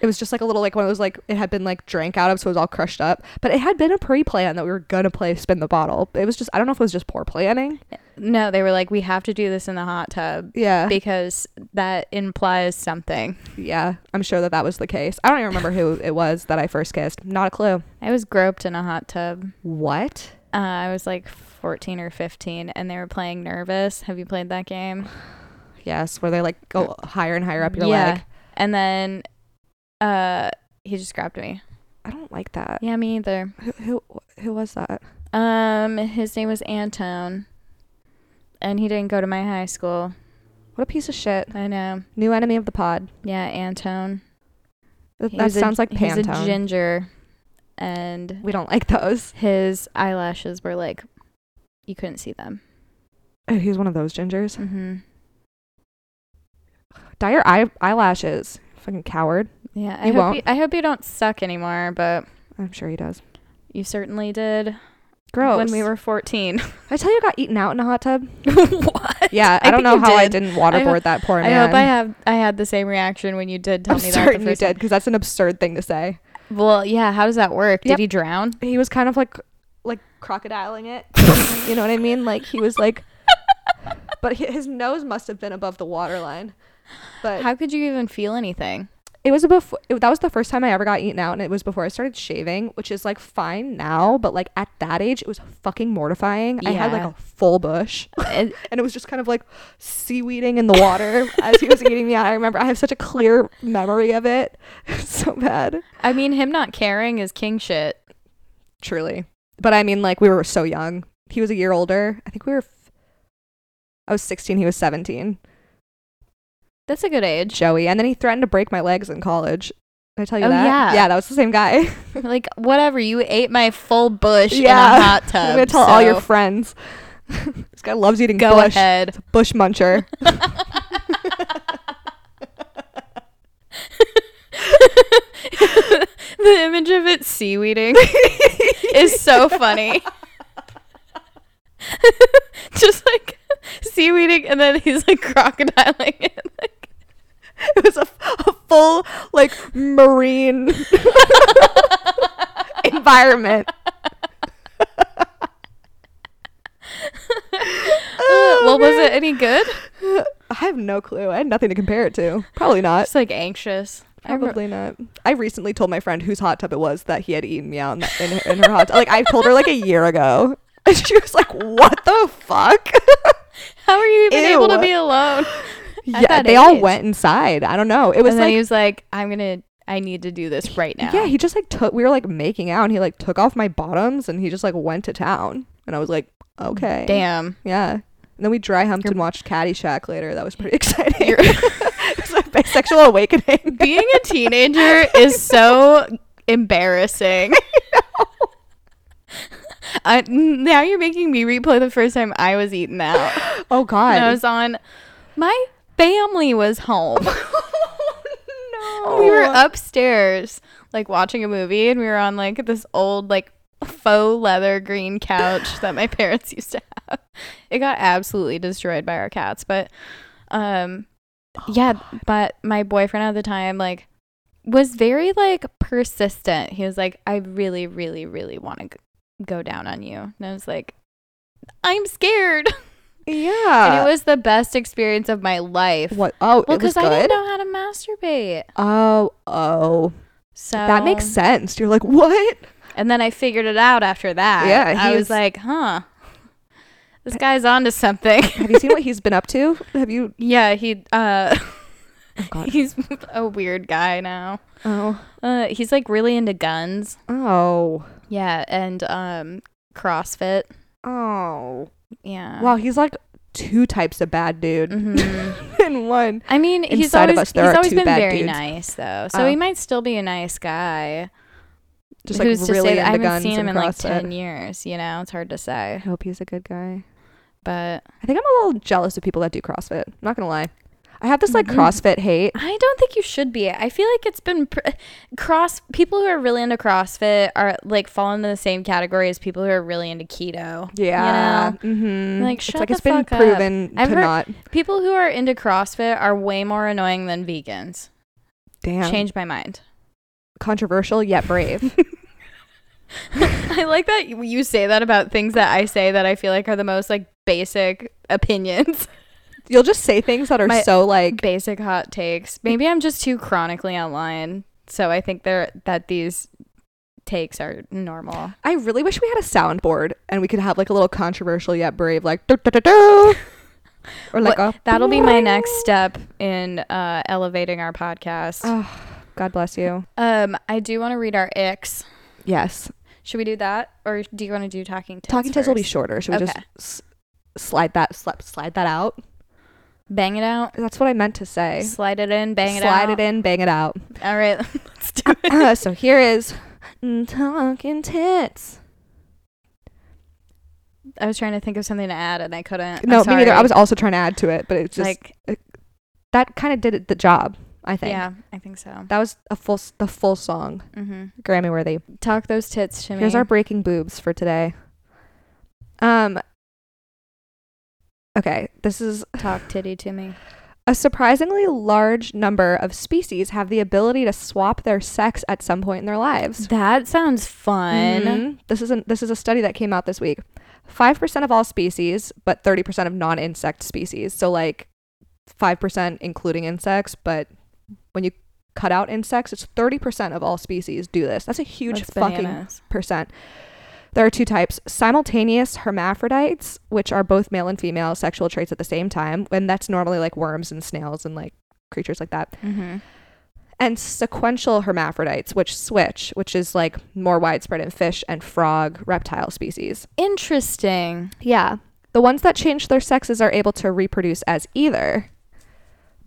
E: It was just like a little like one of those like it had been like drank out of, so it was all crushed up. But it had been a pre-plan that we were gonna play spin the bottle. It was just I don't know if it was just poor planning.
B: No, they were like, we have to do this in the hot tub
E: Yeah,
B: because that implies something.
E: yeah. I'm sure that that was the case. I don't even remember who it was that I first kissed. Not a clue.
B: I was groped in a hot tub.
E: What?
B: Uh, I was like 14 or 15, and they were playing Nervous. Have you played that game?
E: Yes, where they like go higher and higher up your leg.
B: And then uh, he just grabbed me.
E: I don't like that.
B: Yeah, me either.
E: Who, who who was that?
B: Um, his name was Antone, and he didn't go to my high school.
E: What a piece of shit.
B: I know.
E: New enemy of the pod.
B: Yeah, Antone.
E: That,
B: He
E: that
B: was a-
E: sounds like
B: He's
E: Pantone.
B: a ginger, and
E: we don't like those.
B: his eyelashes were like you couldn't see them.
E: Oh, he's one of those gingers.
B: hmm
E: Dye your eye- eyelashes. Fucking coward.
B: Yeah, I
E: You
B: hope
E: won't.
B: You, I hope you don't suck anymore, but
E: I'm sure he does.
B: you certainly did
E: Gross.
B: when we were fourteen.
E: I tell you, I got eaten out in a hot tub.
B: what?
E: Yeah, I, don't
B: think
E: know
B: you
E: how I
B: did.
E: didn't waterboard that poor
B: I
E: man.
B: hope I have I had the same reaction when you did tell
E: am
B: me that
E: certain
B: the
E: you
B: first
E: did because that's an absurd thing to say.
B: time. Well, yeah. How does that work?
E: Yep.
B: Did he drown?
E: He was kind of like, like crocodiling it. you know what I mean? Like he was like, but hi- his nose must have been above the waterline. But
B: How could you even feel anything?
E: it was before. That was the first time I ever got eaten out, and it was before I started shaving, which is like fine now, but like at that age, it was fucking mortifying. I had like
B: Yeah.
E: a full bush.
B: It-
E: and it was just kind of like seaweeding in the water as he was eating me out. I remember I have such a clear memory of it. so bad.
B: I mean, him not caring is king shit.
E: Truly. But I mean, like, we were so young. He was a year older. I think we were. F- I was 16. He was 17.
B: That's a good age.
E: Joey. And then he threatened to break my legs in college. Did I tell you
B: Oh,
E: that?
B: yeah. Um,
E: Yeah, that was the same guy.
B: like whatever. You ate my full bush
E: Yeah.
B: in a hot tub.
E: I'm going to tell all your
B: so
E: friends. this guy loves eating
B: go
E: bush.
B: ahead.
E: Bush muncher.
B: the image of it seaweeding is so funny. Just like seaweeding, and then he's like crocodiling it. Like,
E: it was a, a full, like, marine environment.
B: well, was it any good?
E: Oh, I have no clue. I had nothing to compare it to. Probably not.
B: Just like anxious. I re-
E: Probably not. I recently told my friend whose hot tub it was that he had eaten me out in, the, in, her, in her hot tub. Like, I told her like a year ago. And she was like, what the fuck?
B: How are you even able to
E: Ew.
B: be alone? At
E: yeah,
B: that
E: they all
B: age.
E: went inside. I don't know. It was
B: And then
E: like,
B: he was like, "I'm gonna, I need to do this right now."
E: yeah, he just like took, we were like making out and he like took off my bottoms and he just like went to town. And I was like, okay.
B: Damn.
E: Yeah. And then we dry humped and watched Caddyshack later. That was pretty exciting. it was a bisexual awakening.
B: Being a teenager is so embarrassing. I, now you're making me replay the first time I was eaten out.
E: Oh, God.
B: And I was on. My family was home. we were
E: Oh.
B: upstairs, like watching a movie, and we were on like this old like faux leather green couch that my parents used to have. It got absolutely destroyed by our cats, but um yeah, but my boyfriend at the time like was very like persistent. He was like, "I really, really, really want to go down on you," and I was like, "I'm scared."
E: Yeah.
B: and it was the best experience of my life.
E: Uh, what? Oh,
B: Well,
E: it was
B: because I
E: good.
B: didn't know how to masturbate.
E: Oh, oh,
B: So
E: that makes sense. You're like, what?
B: And then I figured it out after that.
E: Yeah,
B: I
E: he
B: was,
E: was-
B: like, huh, this guy's onto something.
E: Have you seen what he's been up to? Have you?
B: yeah, he uh,
E: Oh God.
B: he's a weird guy now.
E: Oh,
B: Uh, he's like really into guns.
E: oh,
B: Yeah, and um, CrossFit.
E: oh.
B: Yeah.
E: Wow, he's like two types of bad dude
B: Mhm.
E: in one.
B: I mean, he's
E: Inside
B: always
E: of us, there
B: he's
E: are
B: always
E: two
B: been
E: bad
B: very
E: dudes.
B: nice though, so
E: Oh.
B: he might still be a nice guy.
E: Just like
B: Who's to
E: really
B: say that I
E: into
B: haven't
E: guns
B: seen him
E: and
B: in like
E: CrossFit.
B: ten years? You know, it's hard to say.
E: I hope he's a good guy.
B: But
E: I think I'm a little jealous of people that do CrossFit. I'm not gonna lie. I have this like
B: Mm-hmm.
E: CrossFit hate.
B: I don't think you should be. I feel like it's been pr- cross people who are really into CrossFit are like fall into the same category as people who are really into keto. You
E: Yeah.
B: know?
E: mm-hmm.
B: Like,
E: it's
B: shut
E: like
B: the
E: it's been
B: fuck up.
E: proven
B: I've
E: to
B: heard-
E: not.
B: People who are into CrossFit are way more annoying than vegans.
E: Damn. Change.
B: Changed my mind.
E: Controversial yet brave.
B: I like that you you say that about things that I say that I feel like are the most like basic opinions,
E: You'll just say things that are
B: My-
E: so like
B: basic hot takes. Maybe I'm just too chronically online, so I think there that these takes are normal.
E: I really wish we had a soundboard and we could have like a little controversial yet brave, like "Do, do, do, do." or like a,
B: That'll be my next step in uh, elevating our podcast.
E: Oh, God bless you.
B: Um, I do want to read our icks.
E: Yes,
B: Should we do that, or do you want to do talking tits?
E: talking tits will be
B: first?
E: shorter. Should we just
B: Okay.
E: s- slide that slap, slide that out?
B: bang it out,
E: That's what I meant to say.
B: slide it in, bang it
E: slide
B: out,
E: it in, bang it out.
B: in. All right, let's do it.
E: so here is talking tits.
B: I was trying to think of something to add, and I couldn't. I'm
E: No, me neither. I
B: sorry.
E: was also trying to add to it, but it's just
B: like,
E: that kind of did it the job. I think.
B: yeah, I think so.
E: That was a full s- the full song,
B: Mm-hmm.
E: Grammy worthy.
B: Talk those tits to me.
E: Here's our breaking boobs for today. Um Okay, this is
B: talk titty to me.
E: a surprisingly large number of species have the ability to swap their sex at some point in their lives.
B: That sounds fun.
E: Mhm. This is a, this is a study that came out this week. 5% of all species, but 30% of non-insect species. So like 5% including insects, but when you cut out insects, it's 30% of all species do this. That's a huge
B: That's
E: fucking
B: bananas.
E: percent. There are two types: simultaneous hermaphrodites, which are both male and female sexual traits at the same time, and that's normally like worms and snails and like creatures like that.
B: Mhm.
E: And sequential hermaphrodites, which switch, which is like more widespread in fish and frog reptile species.
B: Interesting.
E: Yeah. The ones that change their sexes are able to reproduce as either,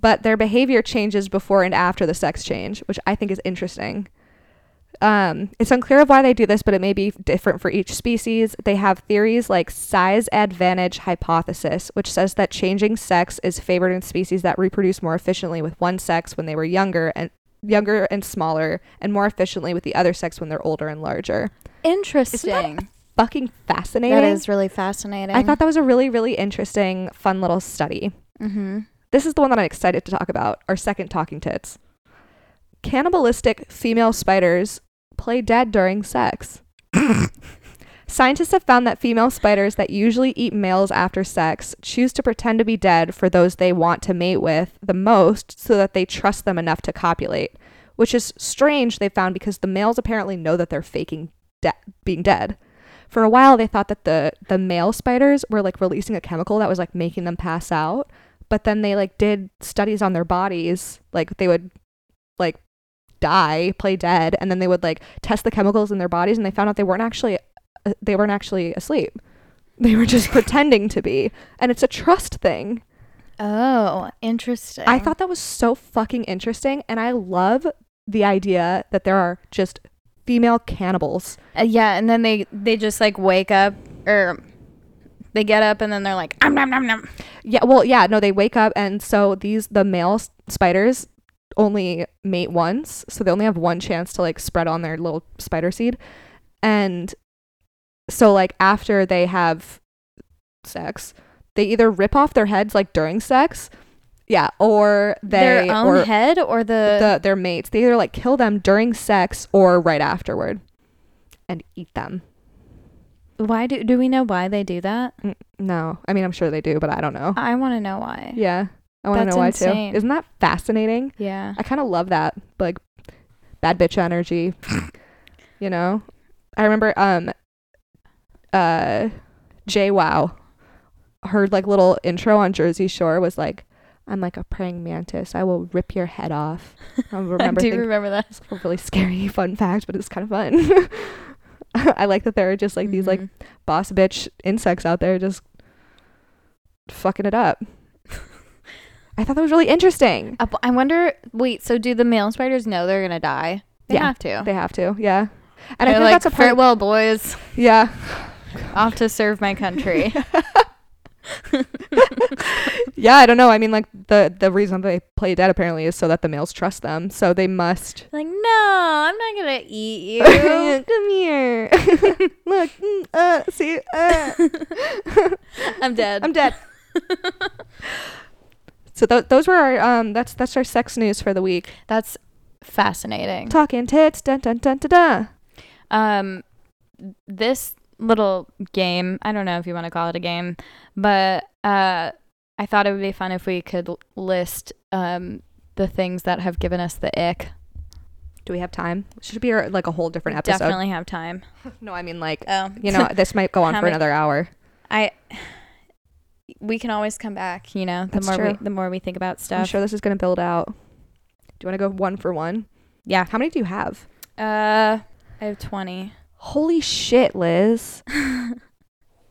E: but their behavior changes before and after the sex change, which I think is interesting. Um, it's unclear of why they do this, but it may be different for each species. They have theories like size advantage hypothesis, which says that changing sex is favored in species that reproduce more efficiently with one sex when they were younger and younger and smaller, and more efficiently with the other sex when they're older and larger.
B: Interesting.
E: Fucking fascinating.
B: That is really fascinating.
E: I thought that was a really, really interesting, fun little study.
B: Mm-hmm.
E: This is the one that I'm excited to talk about, our second talking tits. Cannibalistic female spiders play dead during sex. Scientists have found that female spiders that usually eat males after sex choose to pretend to be dead for those they want to mate with the most so that they trust them enough to copulate, which is strange, they found, because the males apparently know that they're faking de- being dead. For a while, they thought that the, the male spiders were like releasing a chemical that was like making them pass out, but then they like did studies on their bodies, like they would like die, play dead, and then they would like test the chemicals in their bodies, and they found out they weren't actually uh, they weren't actually asleep. They were just pretending to be, and it's a trust thing.
B: Oh, interesting.
E: I thought that was so fucking interesting, and I love the idea that there are just female cannibals.
B: Uh, yeah, and then they they just like wake up or they get up and then they're like, um, nom, nom, nom.
E: Yeah, well, yeah, no, they wake up, and so these the male s- spiders only mate once, so they only have one chance to like spread on their little spider seed. And so like after they have sex, they either rip off their heads like during sex, yeah, or they
B: their own
E: or
B: head or the,
E: the their mates. They either like kill them during sex or right afterward and eat them.
B: why do do we know why they do that?
E: Mm, No, I mean I'm sure they do, but I don't know.
B: I want to know why.
E: Yeah, I want to
B: That's
E: know why
B: insane.
E: too. Isn't that fascinating?
B: Yeah.
E: I kind of love that, like bad bitch energy. you know, I remember um, uh, Jay Wow, her like little intro on Jersey Shore was like, "I'm like a praying mantis. I will rip your head off." I
B: I
E: remember
B: do
E: thinking
B: remember that.
E: it's a really scary fun fact, but it's kind of fun. I like that there are just like these like
B: Mhm.
E: boss bitch insects out there just fucking it up. I thought that was really interesting.
B: Uh, but I wonder. Wait, so do the male spiders know they're gonna die? They
E: Yeah.
B: have to.
E: They have to, yeah. And
B: And
E: I
B: they're
E: think
B: like,
E: that's a part.
B: farewell, boys.
E: yeah,
B: Off to serve my country.
E: yeah. I don't know. I mean, like the the reason they play dead apparently is so that the males trust them, so they must.
B: like, no, I'm not gonna eat you.
E: Come here. Look. mm, uh, see. Uh.
B: I'm dead.
E: I'm dead. so th- those were our um. That's that's our sex news for the week.
B: That's fascinating.
E: Talking tits. Dun dun dun dun dun.
B: um this little game i don't know if you want to call it a game but uh i thought it would be fun if we could l- list um the things that have given us the ick
E: Do we have time? Should be our, like a whole different episode.
B: definitely have time
E: No, I mean like
B: oh
E: you know this might go on
B: How
E: for
B: many-
E: another hour.
B: i we can always come back you know the
E: That's
B: more
E: true.
B: we the more we think about
E: I'm
B: stuff
E: sure this is gonna build out. Do you want to go one for one?
B: yeah
E: How many do you have?
B: uh i have 20
E: Holy shit, Liz! I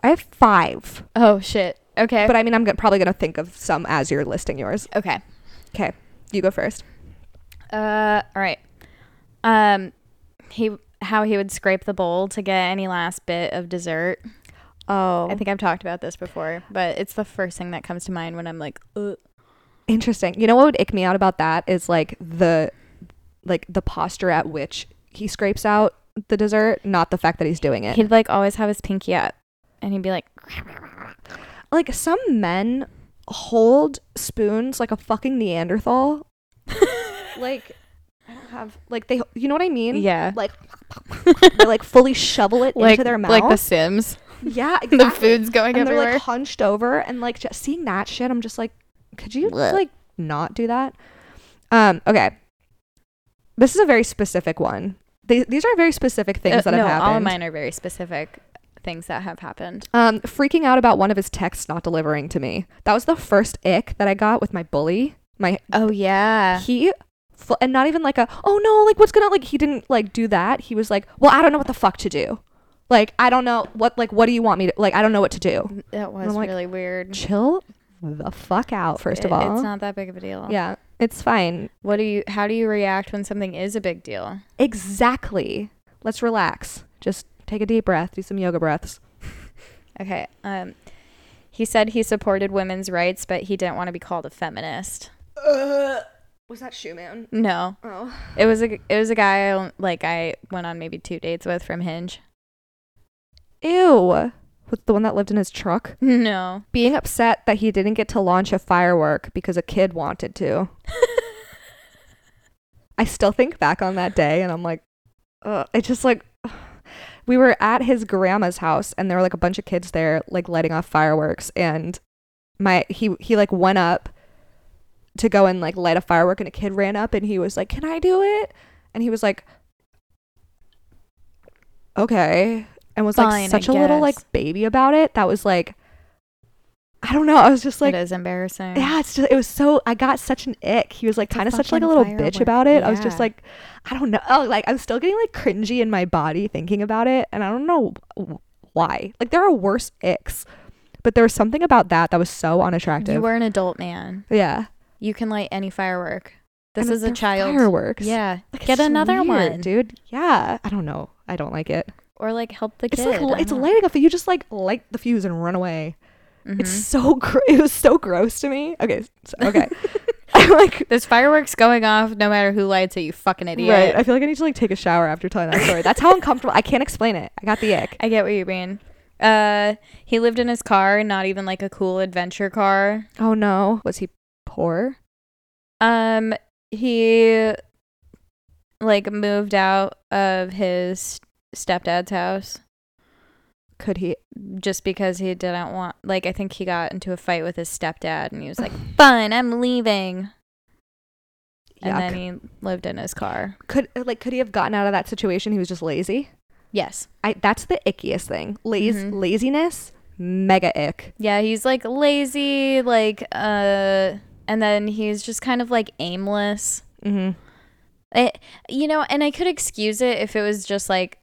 E: have five,
B: oh shit okay
E: but I mean I'm gonna, probably gonna think of some as you're listing yours.
B: okay
E: Okay, you go first.
B: Uh, all right. Um, he how he would scrape the bowl to get any last bit of dessert.
E: Oh,
B: I think I've talked about this before, but it's the first thing that comes to mind when I'm like, Ugh.
E: Interesting. You know what would ick me out about that is like the like the posture at which he scrapes out the dessert, not the fact that he's doing it.
B: he'd like always have his pinky up, and he'd be like,
E: Like some men hold spoons like a fucking Neanderthal. like I don't have like they you know what I mean?
B: yeah,
E: Like they like fully shovel it into their mouth.
B: like The Sims.
E: yeah, exactly.
B: The food's going
E: and they're
B: everywhere.
E: like hunched over and like just seeing that shit, I'm just like, could you
B: Blech.
E: like not do that? Um, okay. This is a very specific one. They, these are very specific things
B: Uh,
E: that
B: no,
E: have
B: all of
E: happened.
B: mine are very specific things that have happened.
E: Um, freaking out about one of his texts not delivering to me. That was the first ick that I got with my bully. My
B: Oh yeah,
E: he fu- and not even like a oh no like what's gonna like he didn't like do that he was like well i don't know what the fuck to do like i don't know what like what do you want me to like i don't know what to do
B: that was
E: like,
B: really weird.
E: chill the fuck out first of
B: It-
E: all
B: it's not that big of a deal.
E: Yeah, it's fine.
B: What do you? How do you react when something is a big deal?
E: Exactly. Let's relax. Just take a deep breath, do some yoga breaths.
B: Okay. Um, he said he supported women's rights, but he didn't want to be called a feminist.
E: Was that Shoe Man?
B: No,
E: Oh.
B: it was a it was a guy I, like I went on maybe two dates with from Hinge.
E: Ew. With the one that lived in his truck?
B: No,
E: Being upset that he didn't get to launch a firework because a kid wanted to. I still think back on that day and I'm like, ugh. It's just like, we were at his grandma's house and there were like a bunch of kids there, like lighting off fireworks. And my, he, he like went up to go and like light a firework and a kid ran up and he was like, Can I do it? And he was like, Okay. And was
B: Fine, I
E: like such a little like
B: guess.
E: baby about it. That was like, I don't know. I was just like,
B: it is embarrassing.
E: yeah, it's just, it was so I got such an ick. He was like
B: It's a
E: kind of such like a
B: fucking
E: little
B: firework.
E: bitch about it. I was just
B: Yeah.
E: like, I don't know. Oh, like I'm still getting like cringy in my body thinking about it, and I don't know w- why. Like there are worse icks, but there was something about that that was so unattractive.
B: you were an adult man.
E: yeah.
B: You can light any firework. This
E: And
B: is a
E: they're
B: child.
E: Fireworks.
B: Yeah,
E: Like, it's
B: get
E: just
B: another
E: weird,
B: one,
E: dude. Yeah. I don't know. I don't like it.
B: or like help the
E: It's
B: kid. Uh-huh.
E: like li- it's lighting up. You just like light the fuse and run away.
B: hmm
E: It's so gr- it was so gross to me. Okay. s- Okay. I'm like,
B: There's fireworks going off no matter who lights it, you fucking idiot.
E: right. I feel like I need to like take a shower after telling that story. That's how uncomfortable. I can't explain it. I got the ick.
B: I get what you mean. Uh, he lived in his car, not even like a cool adventure car.
E: Oh no. Was he poor?
B: Um, he like moved out of his stepdad's house
E: Could he?
B: just because he didn't want like I think he got into a fight with his stepdad and he was like, "Fine, I'm leaving." And
E: Yuck.
B: then he lived in his car.
E: could uh, like could he have gotten out of that situation? He was just lazy.
B: Yes.
E: I that's the ickiest thing. Laz-
B: Mhm.
E: Laziness, mega ick.
B: Yeah, he's like lazy, like uh and then he's just kind of like aimless.
E: Mm-hmm.
B: I, you know, and I could excuse it if it was just like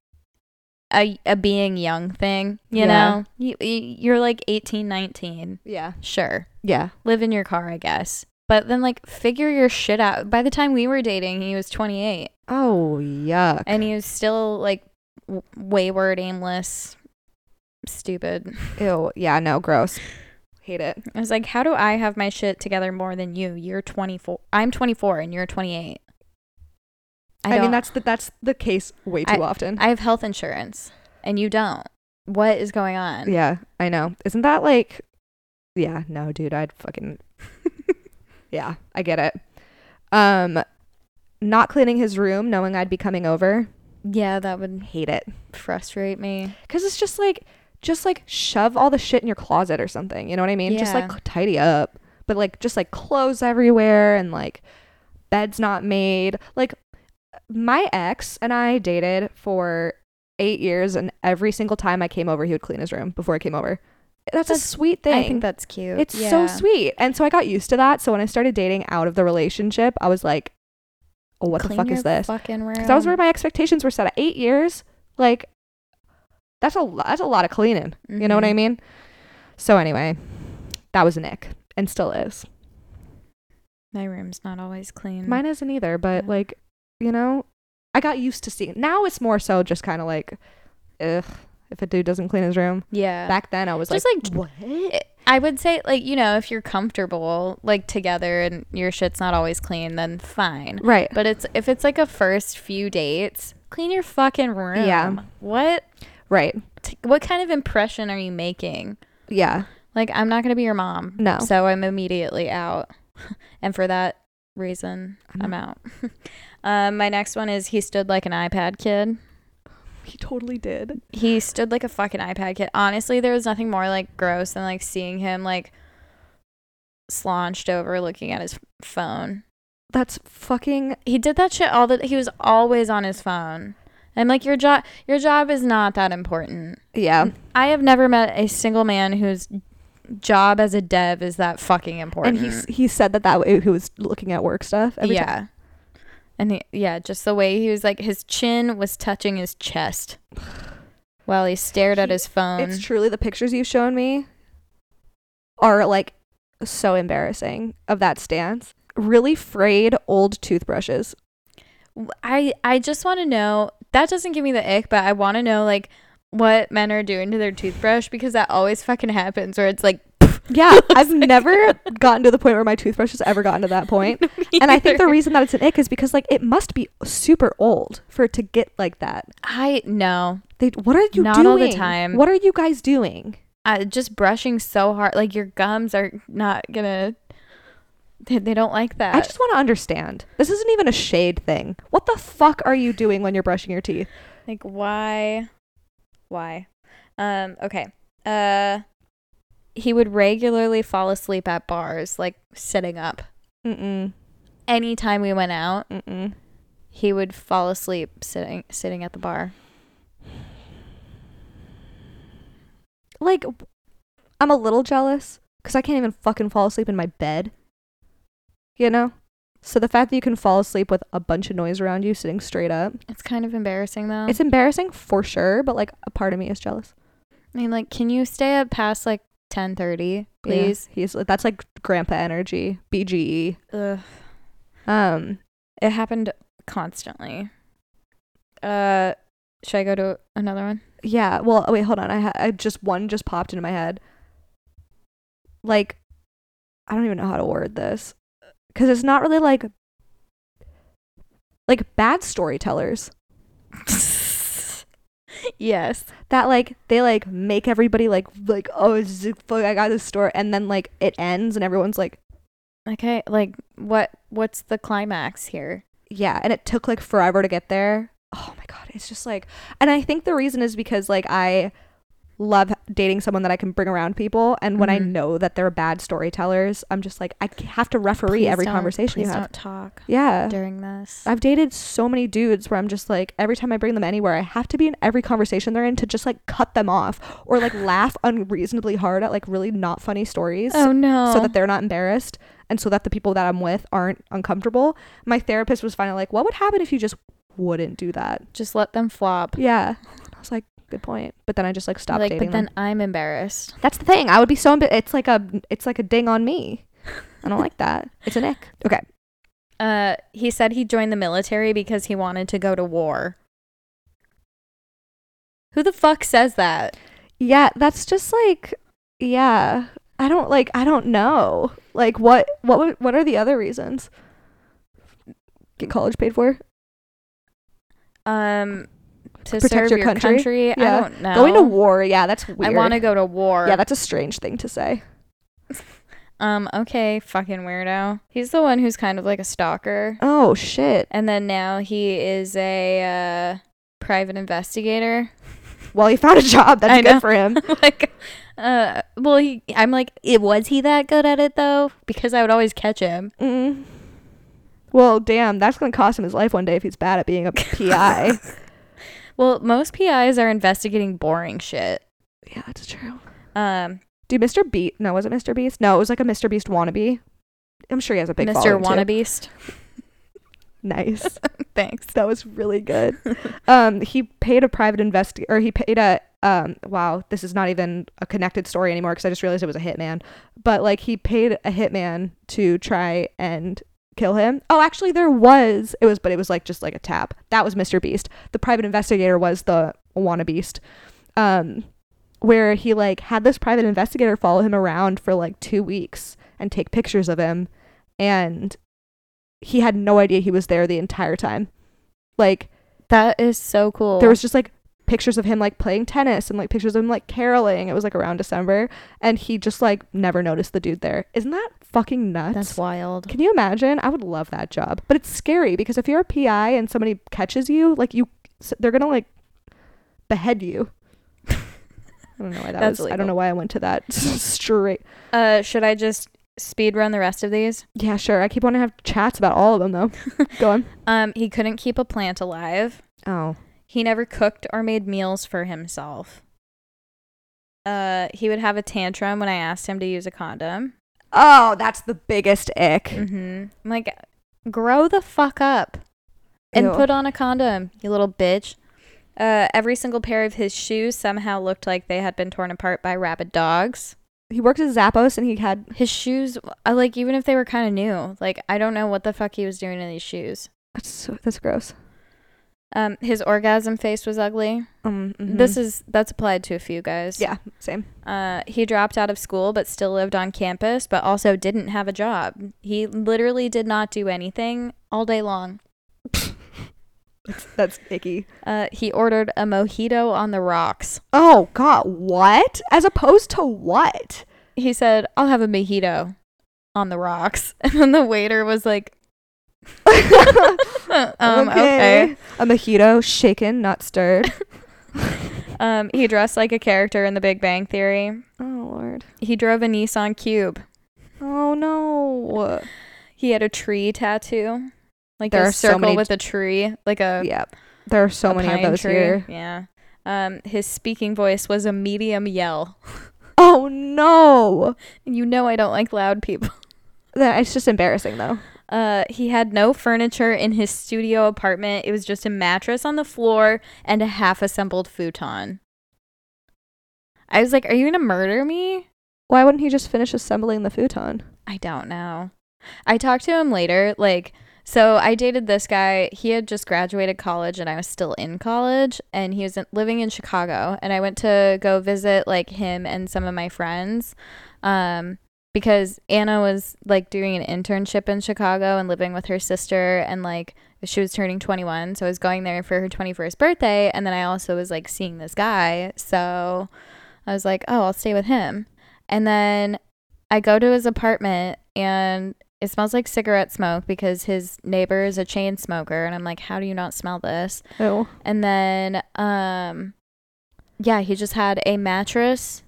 B: a, a being young thing, you
E: Yeah.
B: know? You, you- you're like 18, 19.
E: Yeah.
B: Sure.
E: Yeah.
B: Live in your car, I guess. But then, like, figure your shit out. By the time we were dating, he was 28
E: Oh yuck.
B: and he was still like w- wayward, aimless, stupid.
E: Ew. Yeah. No. Gross. Hate it.
B: I was like, how do I have my shit together more than you? You're 24. I'm 24 and you're 28.
E: I, mean
B: don't-
E: that's the that's the case way too often.
B: I have health insurance and you don't. What is going on?
E: yeah, I know. Isn't that like Yeah, no, dude, I'd fucking Yeah, I get it. Um not cleaning his room knowing I'd be coming over.
B: Yeah, that would
E: Hate it.
B: frustrate me.
E: Cuz it's just like just like shove all the shit in your closet or something. You know what I mean? Just
B: Yeah.
E: like tidy up. But like just like clothes everywhere and like beds not made. Like my ex and I dated for 8 years and every single time I came over he would clean his room before I came over. That's, a
B: That's-
E: sweet thing.
B: I think that's cute.
E: It's so
B: Yeah.
E: sweet. And so I got used to that. So when I started dating out of the relationship, I was like, oh, what the
B: Clean
E: fuck is
B: your
E: this?
B: Fucking room.
E: Because that was where my expectations were set at eight years. Like, that's a lot, that's a lot of cleaning. You know what I
B: Mhm.
E: mean? So anyway, that was an ick and still is.
B: My room's not always clean.
E: Mine isn't either, but
B: Yeah.
E: like, you know, I got used to seeing. Now it's more so just kind of like, ugh, if a dude doesn't clean his room.
B: yeah.
E: Back then I was
B: Just
E: like, Eh,
B: like-
E: what?
B: I would say like, you know, if you're comfortable like together and your shit's not always clean, then fine.
E: Right.
B: But it's if it's like a first few dates, clean your fucking room.
E: Yeah.
B: What
E: Right.
B: t- what kind of impression are you making?
E: Yeah.
B: Like I'm not going to be your mom.
E: No.
B: So I'm immediately out. and for that reason,
E: Mm-hmm.
B: I'm out. um, my next one is he stood like an iPad kid.
E: He totally did.
B: He stood like a fucking iPad kid. Honestly, there was nothing more like gross than like seeing him like slouched over looking at his phone.
E: That's fucking
B: He did that shit all the he was always on his phone. I'm like your job your job is not that important.
E: yeah.
B: I have never met a single man whose job as a dev is that fucking important.
E: And he s- he said that that w- he was looking at work stuff. Every
B: yeah.
E: time.
B: And he, yeah, just the way he was like his chin was touching his chest while he stared at
E: He-
B: his phone.
E: it's truly the pictures you've shown me are like so embarrassing of that stance. Really frayed old toothbrushes.
B: W- I I just want to know. That doesn't give me the ick, but I want to know like what men are doing to their toothbrush because that always fucking happens where it's like
E: Yeah, I've never gotten to the point where my toothbrush has ever gotten to that point. and I think the reason that it's an ick is because like it must be super old for it to get like that.
B: I no.
E: They what are you
B: Not
E: doing?
B: all the time.
E: What are you guys doing?
B: I, just brushing so hard like your gums are not going to they don't like that.
E: I just want to understand. This isn't even a shade thing. What the fuck are you doing when you're brushing your teeth?
B: Like why why? Um okay. Uh he would regularly fall asleep at bars like sitting up.
E: Mm-mm.
B: Anytime we went out,
E: Mm-mm.
B: he would fall asleep sitting sitting at the bar.
E: Like, w- I'm a little jealous because I can't even fucking fall asleep in my bed. You know? So the fact that you can fall asleep with a bunch of noise around you sitting straight up,
B: It's kind of embarrassing though.
E: it's embarrassing for sure, but like a part of me is jealous.
B: I mean like can you stay up past like 10:30,
E: Yeah.
B: please?
E: He's that's like grandpa energy, BGE.
B: Ugh.
E: Um,
B: It happened constantly. Uh should I go to another one?
E: yeah. Well, oh, wait, hold on. I, ha- I just one just popped into my head. Like, I don't even know how to word this because it's not really like like bad storytellers
B: yes.
E: that like they like make everybody like like oh it's just- fuck, I got this story and then like it ends and everyone's like
B: Okay, like what what's the climax here?
E: yeah and it took like forever to get there oh my god it's just like and i think the reason is because like i love dating someone that i can bring around people and when i
B: Mhm.
E: know that they're bad storytellers i'm just like i c- have to referee
B: Please
E: every
B: don't-
E: conversation you
B: please
E: have
B: don't talk
E: yeah
B: during this.
E: i've dated so many dudes where i'm just like every time i bring them anywhere i have to be in every conversation they're in to just like cut them off or like laugh unreasonably hard at like really not funny stories
B: oh no.
E: so that they're not embarrassed and so that the people that I'm with aren't uncomfortable. My therapist was finally like, "What would happen if you just wouldn't do that?"
B: just let them flop.
E: Yeah, I was like, "Good point," but then I just like stopped
B: like,
E: dating
B: but then
E: them.
B: I'm embarrassed.
E: That's the thing. I would be so. Emb- it's like a it's like a ding on me. I don't like that. It's an ick. Okay.
B: Uh, he said he joined the military because he wanted to go to war. Who the fuck says that?
E: Yeah, that's just like yeah. I don't like. I don't know. Like what what would, what are the other reasons? Get college paid for.
B: Um, to
E: Protect
B: serve
E: your
B: your,
E: country?
B: country.
E: Yeah.
B: I don't know.
E: Going to war. Yeah, that's weird.
B: I want to go to war.
E: Yeah, that's a strange thing to say.
B: um. Okay. Fucking weirdo. He's the one who's kind of like a stalker,
E: Oh shit.
B: and then now he is a uh, private investigator.
E: Well, he found a job. That's
B: I
E: good
B: know.
E: for him.
B: like, uh, well, he, I'm like, it was he that good at it though? Because I would always catch him.
E: Mm. Well, damn, that's gonna cost him his life one day if he's bad at being a PI.
B: Well, most PIs are investigating boring shit.
E: yeah, that's true.
B: Um,
E: Dude, Mr. Beast. No, was it Mr. Beast? No, it was like a Mr. Beast wannabe. I'm sure he has a big
B: Mr.
E: following, too.
B: Wannabeast.
E: Nice.
B: Thanks.
E: that was really good. Um, he paid a private investi or he paid a um. Wow, this is not even a connected story anymore because I just realized it was a hitman. But like, he paid a hitman to try and kill him. Oh, actually, there was it was, but it was like just like a tap. That was Mr. Beast. The private investigator was the wanna beast. Um, where he like had this private investigator follow him around for like two weeks and take pictures of him, and he had no idea he was there the entire time. Like
B: That is so cool.
E: there was just like pictures of him like playing tennis and like pictures of him like caroling. It was like around December and he just like never noticed the dude there. Isn't that fucking nuts?
B: that's wild.
E: Can you imagine? I would love that job. But it's scary because if you're a PI and somebody catches you, like you s- they're going to like behead you. I don't know why that
B: That's
E: was. I don't know
B: illegal.
E: why I went to that straight.
B: Uh, should I just speed run the rest of these?
E: Yeah, sure. I keep wanting to have chats about all of them though. Go on.
B: Um, he couldn't keep a plant alive.
E: Oh.
B: He never cooked or made meals for himself. Uh, he would have a tantrum when I asked him to use a condom.
E: Oh, that's the biggest ick.
B: Mm-hmm. I'm like, grow the fuck up and
E: Ew.
B: put on a condom, you little bitch. Uh, every single pair of his shoes somehow looked like they had been torn apart by rabid dogs.
E: He worked at Zappos and he had
B: His shoes, I like, even if they were kind of new, like, I don't know what the fuck he was doing in these shoes.
E: that's so, that's gross.
B: Um, his orgasm face was ugly.
E: Um,
B: This is that's applied to a few guys.
E: yeah, same.
B: Uh, he dropped out of school but still lived on campus, but also didn't have a job. He literally did not do anything all day long.
E: That's icky.
B: Uh, he ordered a mojito on the rocks.
E: Oh God, what? As opposed to what?
B: He said, I'll have a mojito on the rocks. And then the waiter was like, um, okay.
E: A mojito, shaken, not stirred.
B: Um, he dressed like a character in The Big Bang Theory.
E: oh Lord.
B: He drove a Nissan Cube.
E: Oh no.
B: He had a tree tattoo, like
E: There
B: a
E: are so
B: circle
E: many-
B: with a tree, like a
E: Yeah, there are so
B: a
E: many of
B: pine
E: those
B: tree.
E: here.
B: Yeah. Um, his speaking voice was a medium yell.
E: Oh no.
B: You know I don't like loud people.
E: That it's just embarrassing though.
B: Uh, he had no furniture in his studio apartment. It was just a mattress on the floor and a half assembled futon. I was like, Are you going to murder me?
E: Why wouldn't he just finish assembling the futon?
B: I don't know. I talked to him later. Like, so I dated this guy. He had just graduated college and I was still in college and he was in- living in Chicago. And I went to go visit like him and some of my friends. Um, because Anna was like doing an internship in Chicago and living with her sister and like she was turning 21 so I was going there for her 21st birthday and then I also was like seeing this guy so I was like oh I'll stay with him and then I go to his apartment and it smells like cigarette smoke because his neighbor is a chain smoker and I'm like how do you not smell this
E: Oh.
B: and then um yeah, he just had a mattress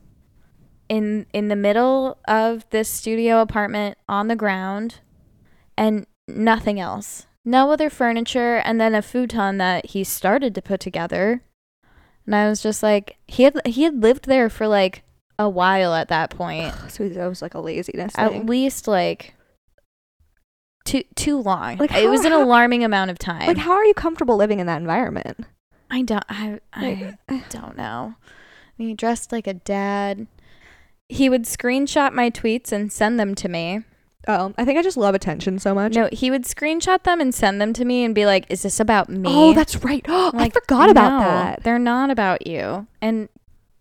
B: in in the middle of this studio apartment on the ground and nothing else. No other furniture and then a futon that he started to put together. And I was just like he had he had lived there for like a while at that point.
E: So that was like a laziness
B: at
E: thing.
B: least like too too long.
E: Like,
B: it
E: how-
B: was an
E: how-
B: alarming amount of time.
E: like, how are you comfortable living in that environment?
B: I don't. I I
E: Like-
B: don't know. And he dressed like a dad. He would screenshot my tweets and send them to me.
E: Oh, I think I just love attention so much.
B: No, he would screenshot them and send them to me and be like, "Is this about me?"
E: Oh, that's right. Oh,
B: I'm like,
E: I forgot
B: "No,
E: about that.
B: They're not about you. And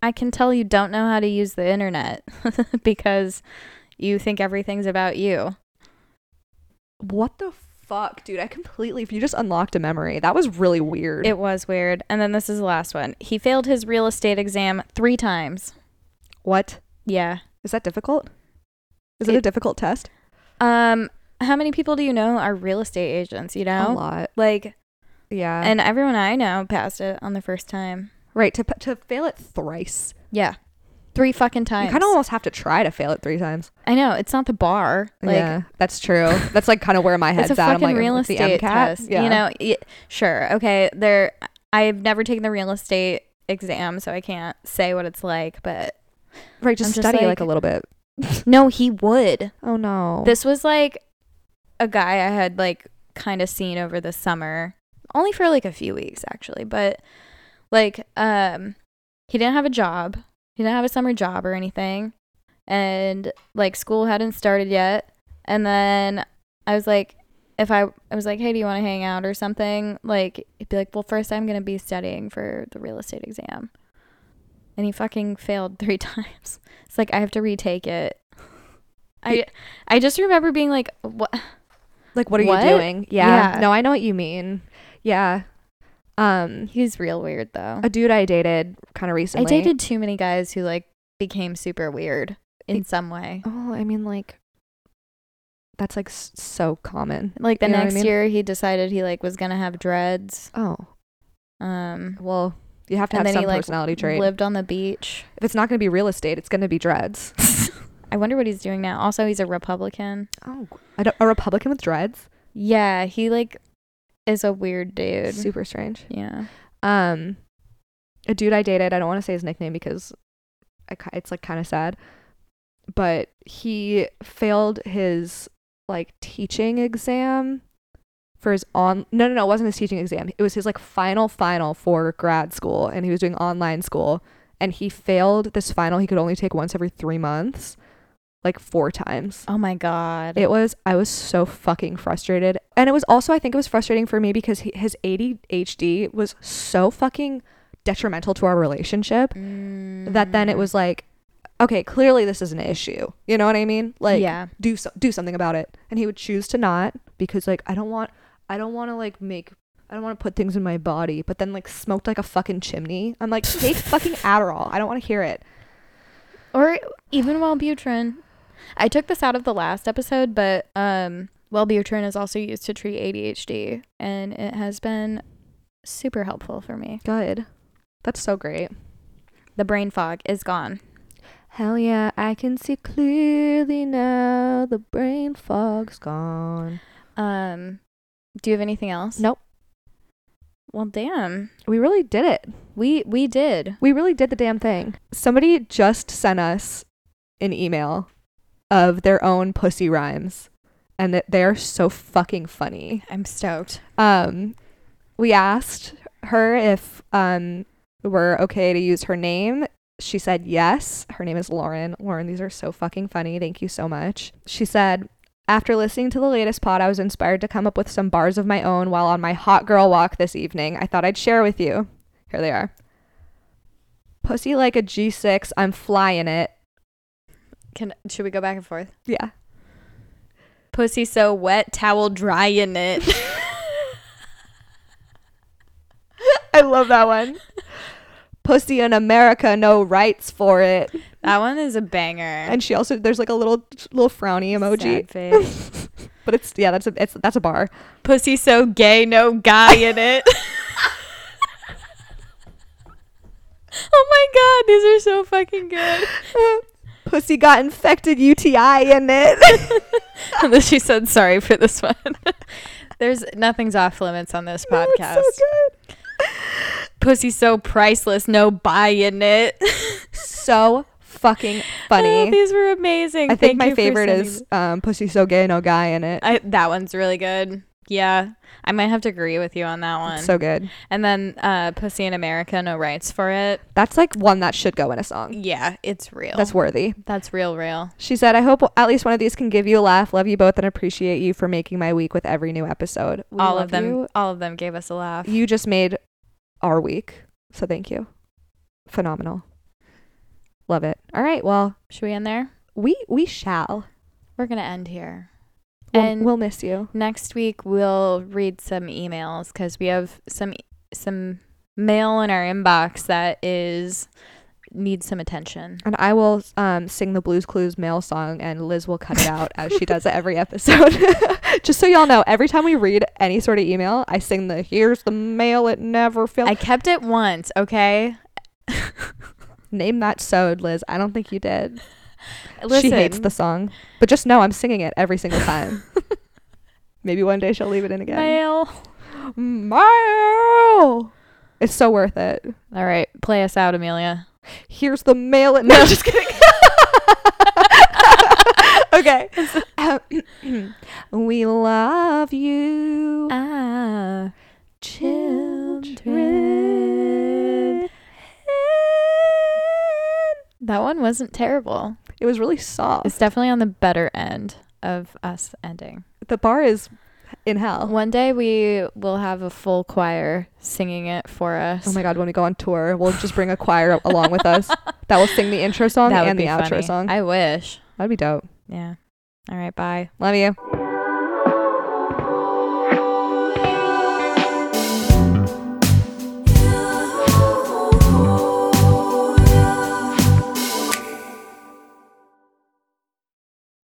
B: I can tell you don't know how to use the internet because you think everything's about you.
E: What the fuck, dude? I completely. If you just unlocked a memory, that was really weird.
B: It was weird. And then this is the last one. He failed his real estate exam three times.
E: what
B: Yeah.
E: is that difficult? Is it, a
B: It-
E: difficult test?
B: Um, how many people do you know are real estate agents? You know,
E: A lot.
B: like,
E: Yeah.
B: and everyone I know passed it on the first time.
E: right to p- to fail it thrice.
B: Yeah, three fucking times.
E: You kind of almost have to try to fail it three times.
B: I know it's not the bar. Like,
E: yeah, that's true. That's like kind of where my head's
B: it's a
E: at. I'm
B: fucking
E: like,
B: real
E: it's the
B: estate
E: MCAT.
B: test.
E: Yeah.
B: You know, y- sure, okay. There, I've never taken the real estate exam, so I can't say what it's like. But
E: right? Just
B: I'm just
E: study like,
B: like-
E: a little bit.
B: no, he would.
E: Oh no.
B: This was like a guy I had like kind of seen over the summer, only for like a few weeks actually, but like um he didn't have a job. He didn't have a summer job or anything. And like school hadn't started yet. And then I was like if I I was like, "Hey, do you want to hang out or something?" Like he'd be like, "Well, first I'm going to be studying for the real estate exam." And he fucking failed 3 times. It's like I have to retake it. I I just remember being like, "What
E: like, what are
B: what?
E: you doing? Yeah.
B: Yeah.
E: No, I know what you mean. Yeah. Um,
B: He's real weird though.
E: a dude I dated kind of
B: I
E: recently.
B: dated too many guys who like became super weird in
E: It-
B: some way.
E: Oh, I mean, like, that's like s- so common.
B: Like the
E: You know what I
B: next
E: mean?
B: year, he decided he like was gonna have dreads.
E: Oh,
B: Um,
E: well, you have to
B: And
E: have
B: then he,
E: some
B: like,
E: personality trait.
B: lived on the beach.
E: if it's not going to be real estate, it's going to be dreads.
B: I wonder what he's doing now. Also, he's a Republican.
E: Oh, a, a Republican with dreads?
B: Yeah, he like is a weird dude.
E: Super strange.
B: yeah,
E: Um, a dude I dated. I don't want to say his nickname because I, ki- it's like kind of sad, but he failed his like teaching exam for his on. No, no, no. It wasn't his teaching exam. It was his like final final for grad school, and he was doing online school, and he failed this final. He could only take once every three months, like four times.
B: Oh my god.
E: It was I was so fucking frustrated. And it was also I think it was frustrating for me because he, his ADHD was so fucking detrimental to our relationship that then it
B: Mm.
E: was like okay, clearly this is an issue. You know what I mean? Like
B: yeah,
E: do so, do something about it. And he would choose to not because like I don't want I don't want to like make I don't want to put things in my body, but then like smoked like a fucking chimney. I'm like, take fucking Adderall. I don't want to hear it.
B: or even Wellbutrin. I took this out of the last episode, but um, Wellbutrin is also used to treat ADHD, and it has been super helpful for me.
E: Good. That's so great.
B: The brain fog is gone.
E: Hell yeah, I can see clearly now. The brain fog's gone.
B: Um, do you have anything else?
E: Nope.
B: Well, damn,
E: We really did it.
B: we we did.
E: We really did the damn thing. Somebody just sent us an email of their own pussy rhymes, and that they are so fucking funny.
B: I'm stoked.
E: Um, we asked her if um we're okay to use her name. She said yes. Her name is Lauren. Lauren, these are so fucking funny. Thank you so much. She said, after listening to the latest pod, I was inspired to come up with some bars of my own while on my hot girl walk this evening. I thought I'd share with you. Here they are. Pussy like a G6, I'm flying it.
B: Can should we go back and forth?
E: Yeah.
B: Pussy so wet, towel dry in it.
E: I love that one. Pussy in America, no rights for it.
B: that one is a banger.
E: And she also there's like a little little frowny emoji,
B: Sad face.
E: but it's yeah that's a it's that's a bar.
B: Pussy so gay, no guy in it. oh my god, these are so fucking good.
E: Pussy got infected UTI in it.
B: And then she said sorry for this one. There's nothing's off limits on this
E: No,
B: podcast.
E: it's so good.
B: Pussy so priceless, no buy in it.
E: So fucking
B: Oh,
E: funny.
B: these were amazing.
E: I think
B: Thank you
E: my
B: for
E: favorite
B: sending
E: is um, "Pussy So Gay No Guy" in it.
B: I, that one's really good. Yeah, I might have to agree with you on that one.
E: so good.
B: and then uh, "Pussy in America," no rights for it.
E: That's like one that should go in a song.
B: Yeah, it's real.
E: That's worthy.
B: that's real, real.
E: She said, I hope at least one of these can give you a laugh. Love you both and appreciate you for making my week with every new episode. We
B: all
E: love
B: of them,
E: You.
B: all of them gave us a laugh.
E: You just made our week. So thank you. Phenomenal. Love it. All right. Well,
B: Should we end there?
E: we we shall.
B: We're gonna end here.
E: We'll,
B: and
E: we'll miss you.
B: next week we'll read some emails because we have some e, some mail in our inbox that is needs some attention.
E: And I will um, sing the Blues Clues male song, and Liz will cut it out as she does it every episode. Just so y'all know, every time we read any sort of email, I sing the "Here's the mail it never fails."
B: I kept it once, okay.
E: Name that sewed, Liz. I don't think you did.
B: Listen,
E: She hates the song. But just know I'm singing it every single time. Maybe one day she'll leave it in again.
B: mail.
E: Mail. It's so worth it.
B: All right, play us out, Amelia.
E: Here's the mail. It- no, I'm just kidding. okay. we love you,
B: Ah,
E: children.
B: That one wasn't terrible.
E: It was really soft.
B: It's definitely on the better end of us ending.
E: the bar is in hell.
B: One day we will have a full choir singing it for us.
E: Oh my god, when we go on tour, we'll just bring a choir along with us that will sing the intro song
B: That would
E: and the
B: be
E: outro
B: funny.
E: song.
B: I wish.
E: That'd be dope.
B: Yeah. All right. Bye.
E: Love you.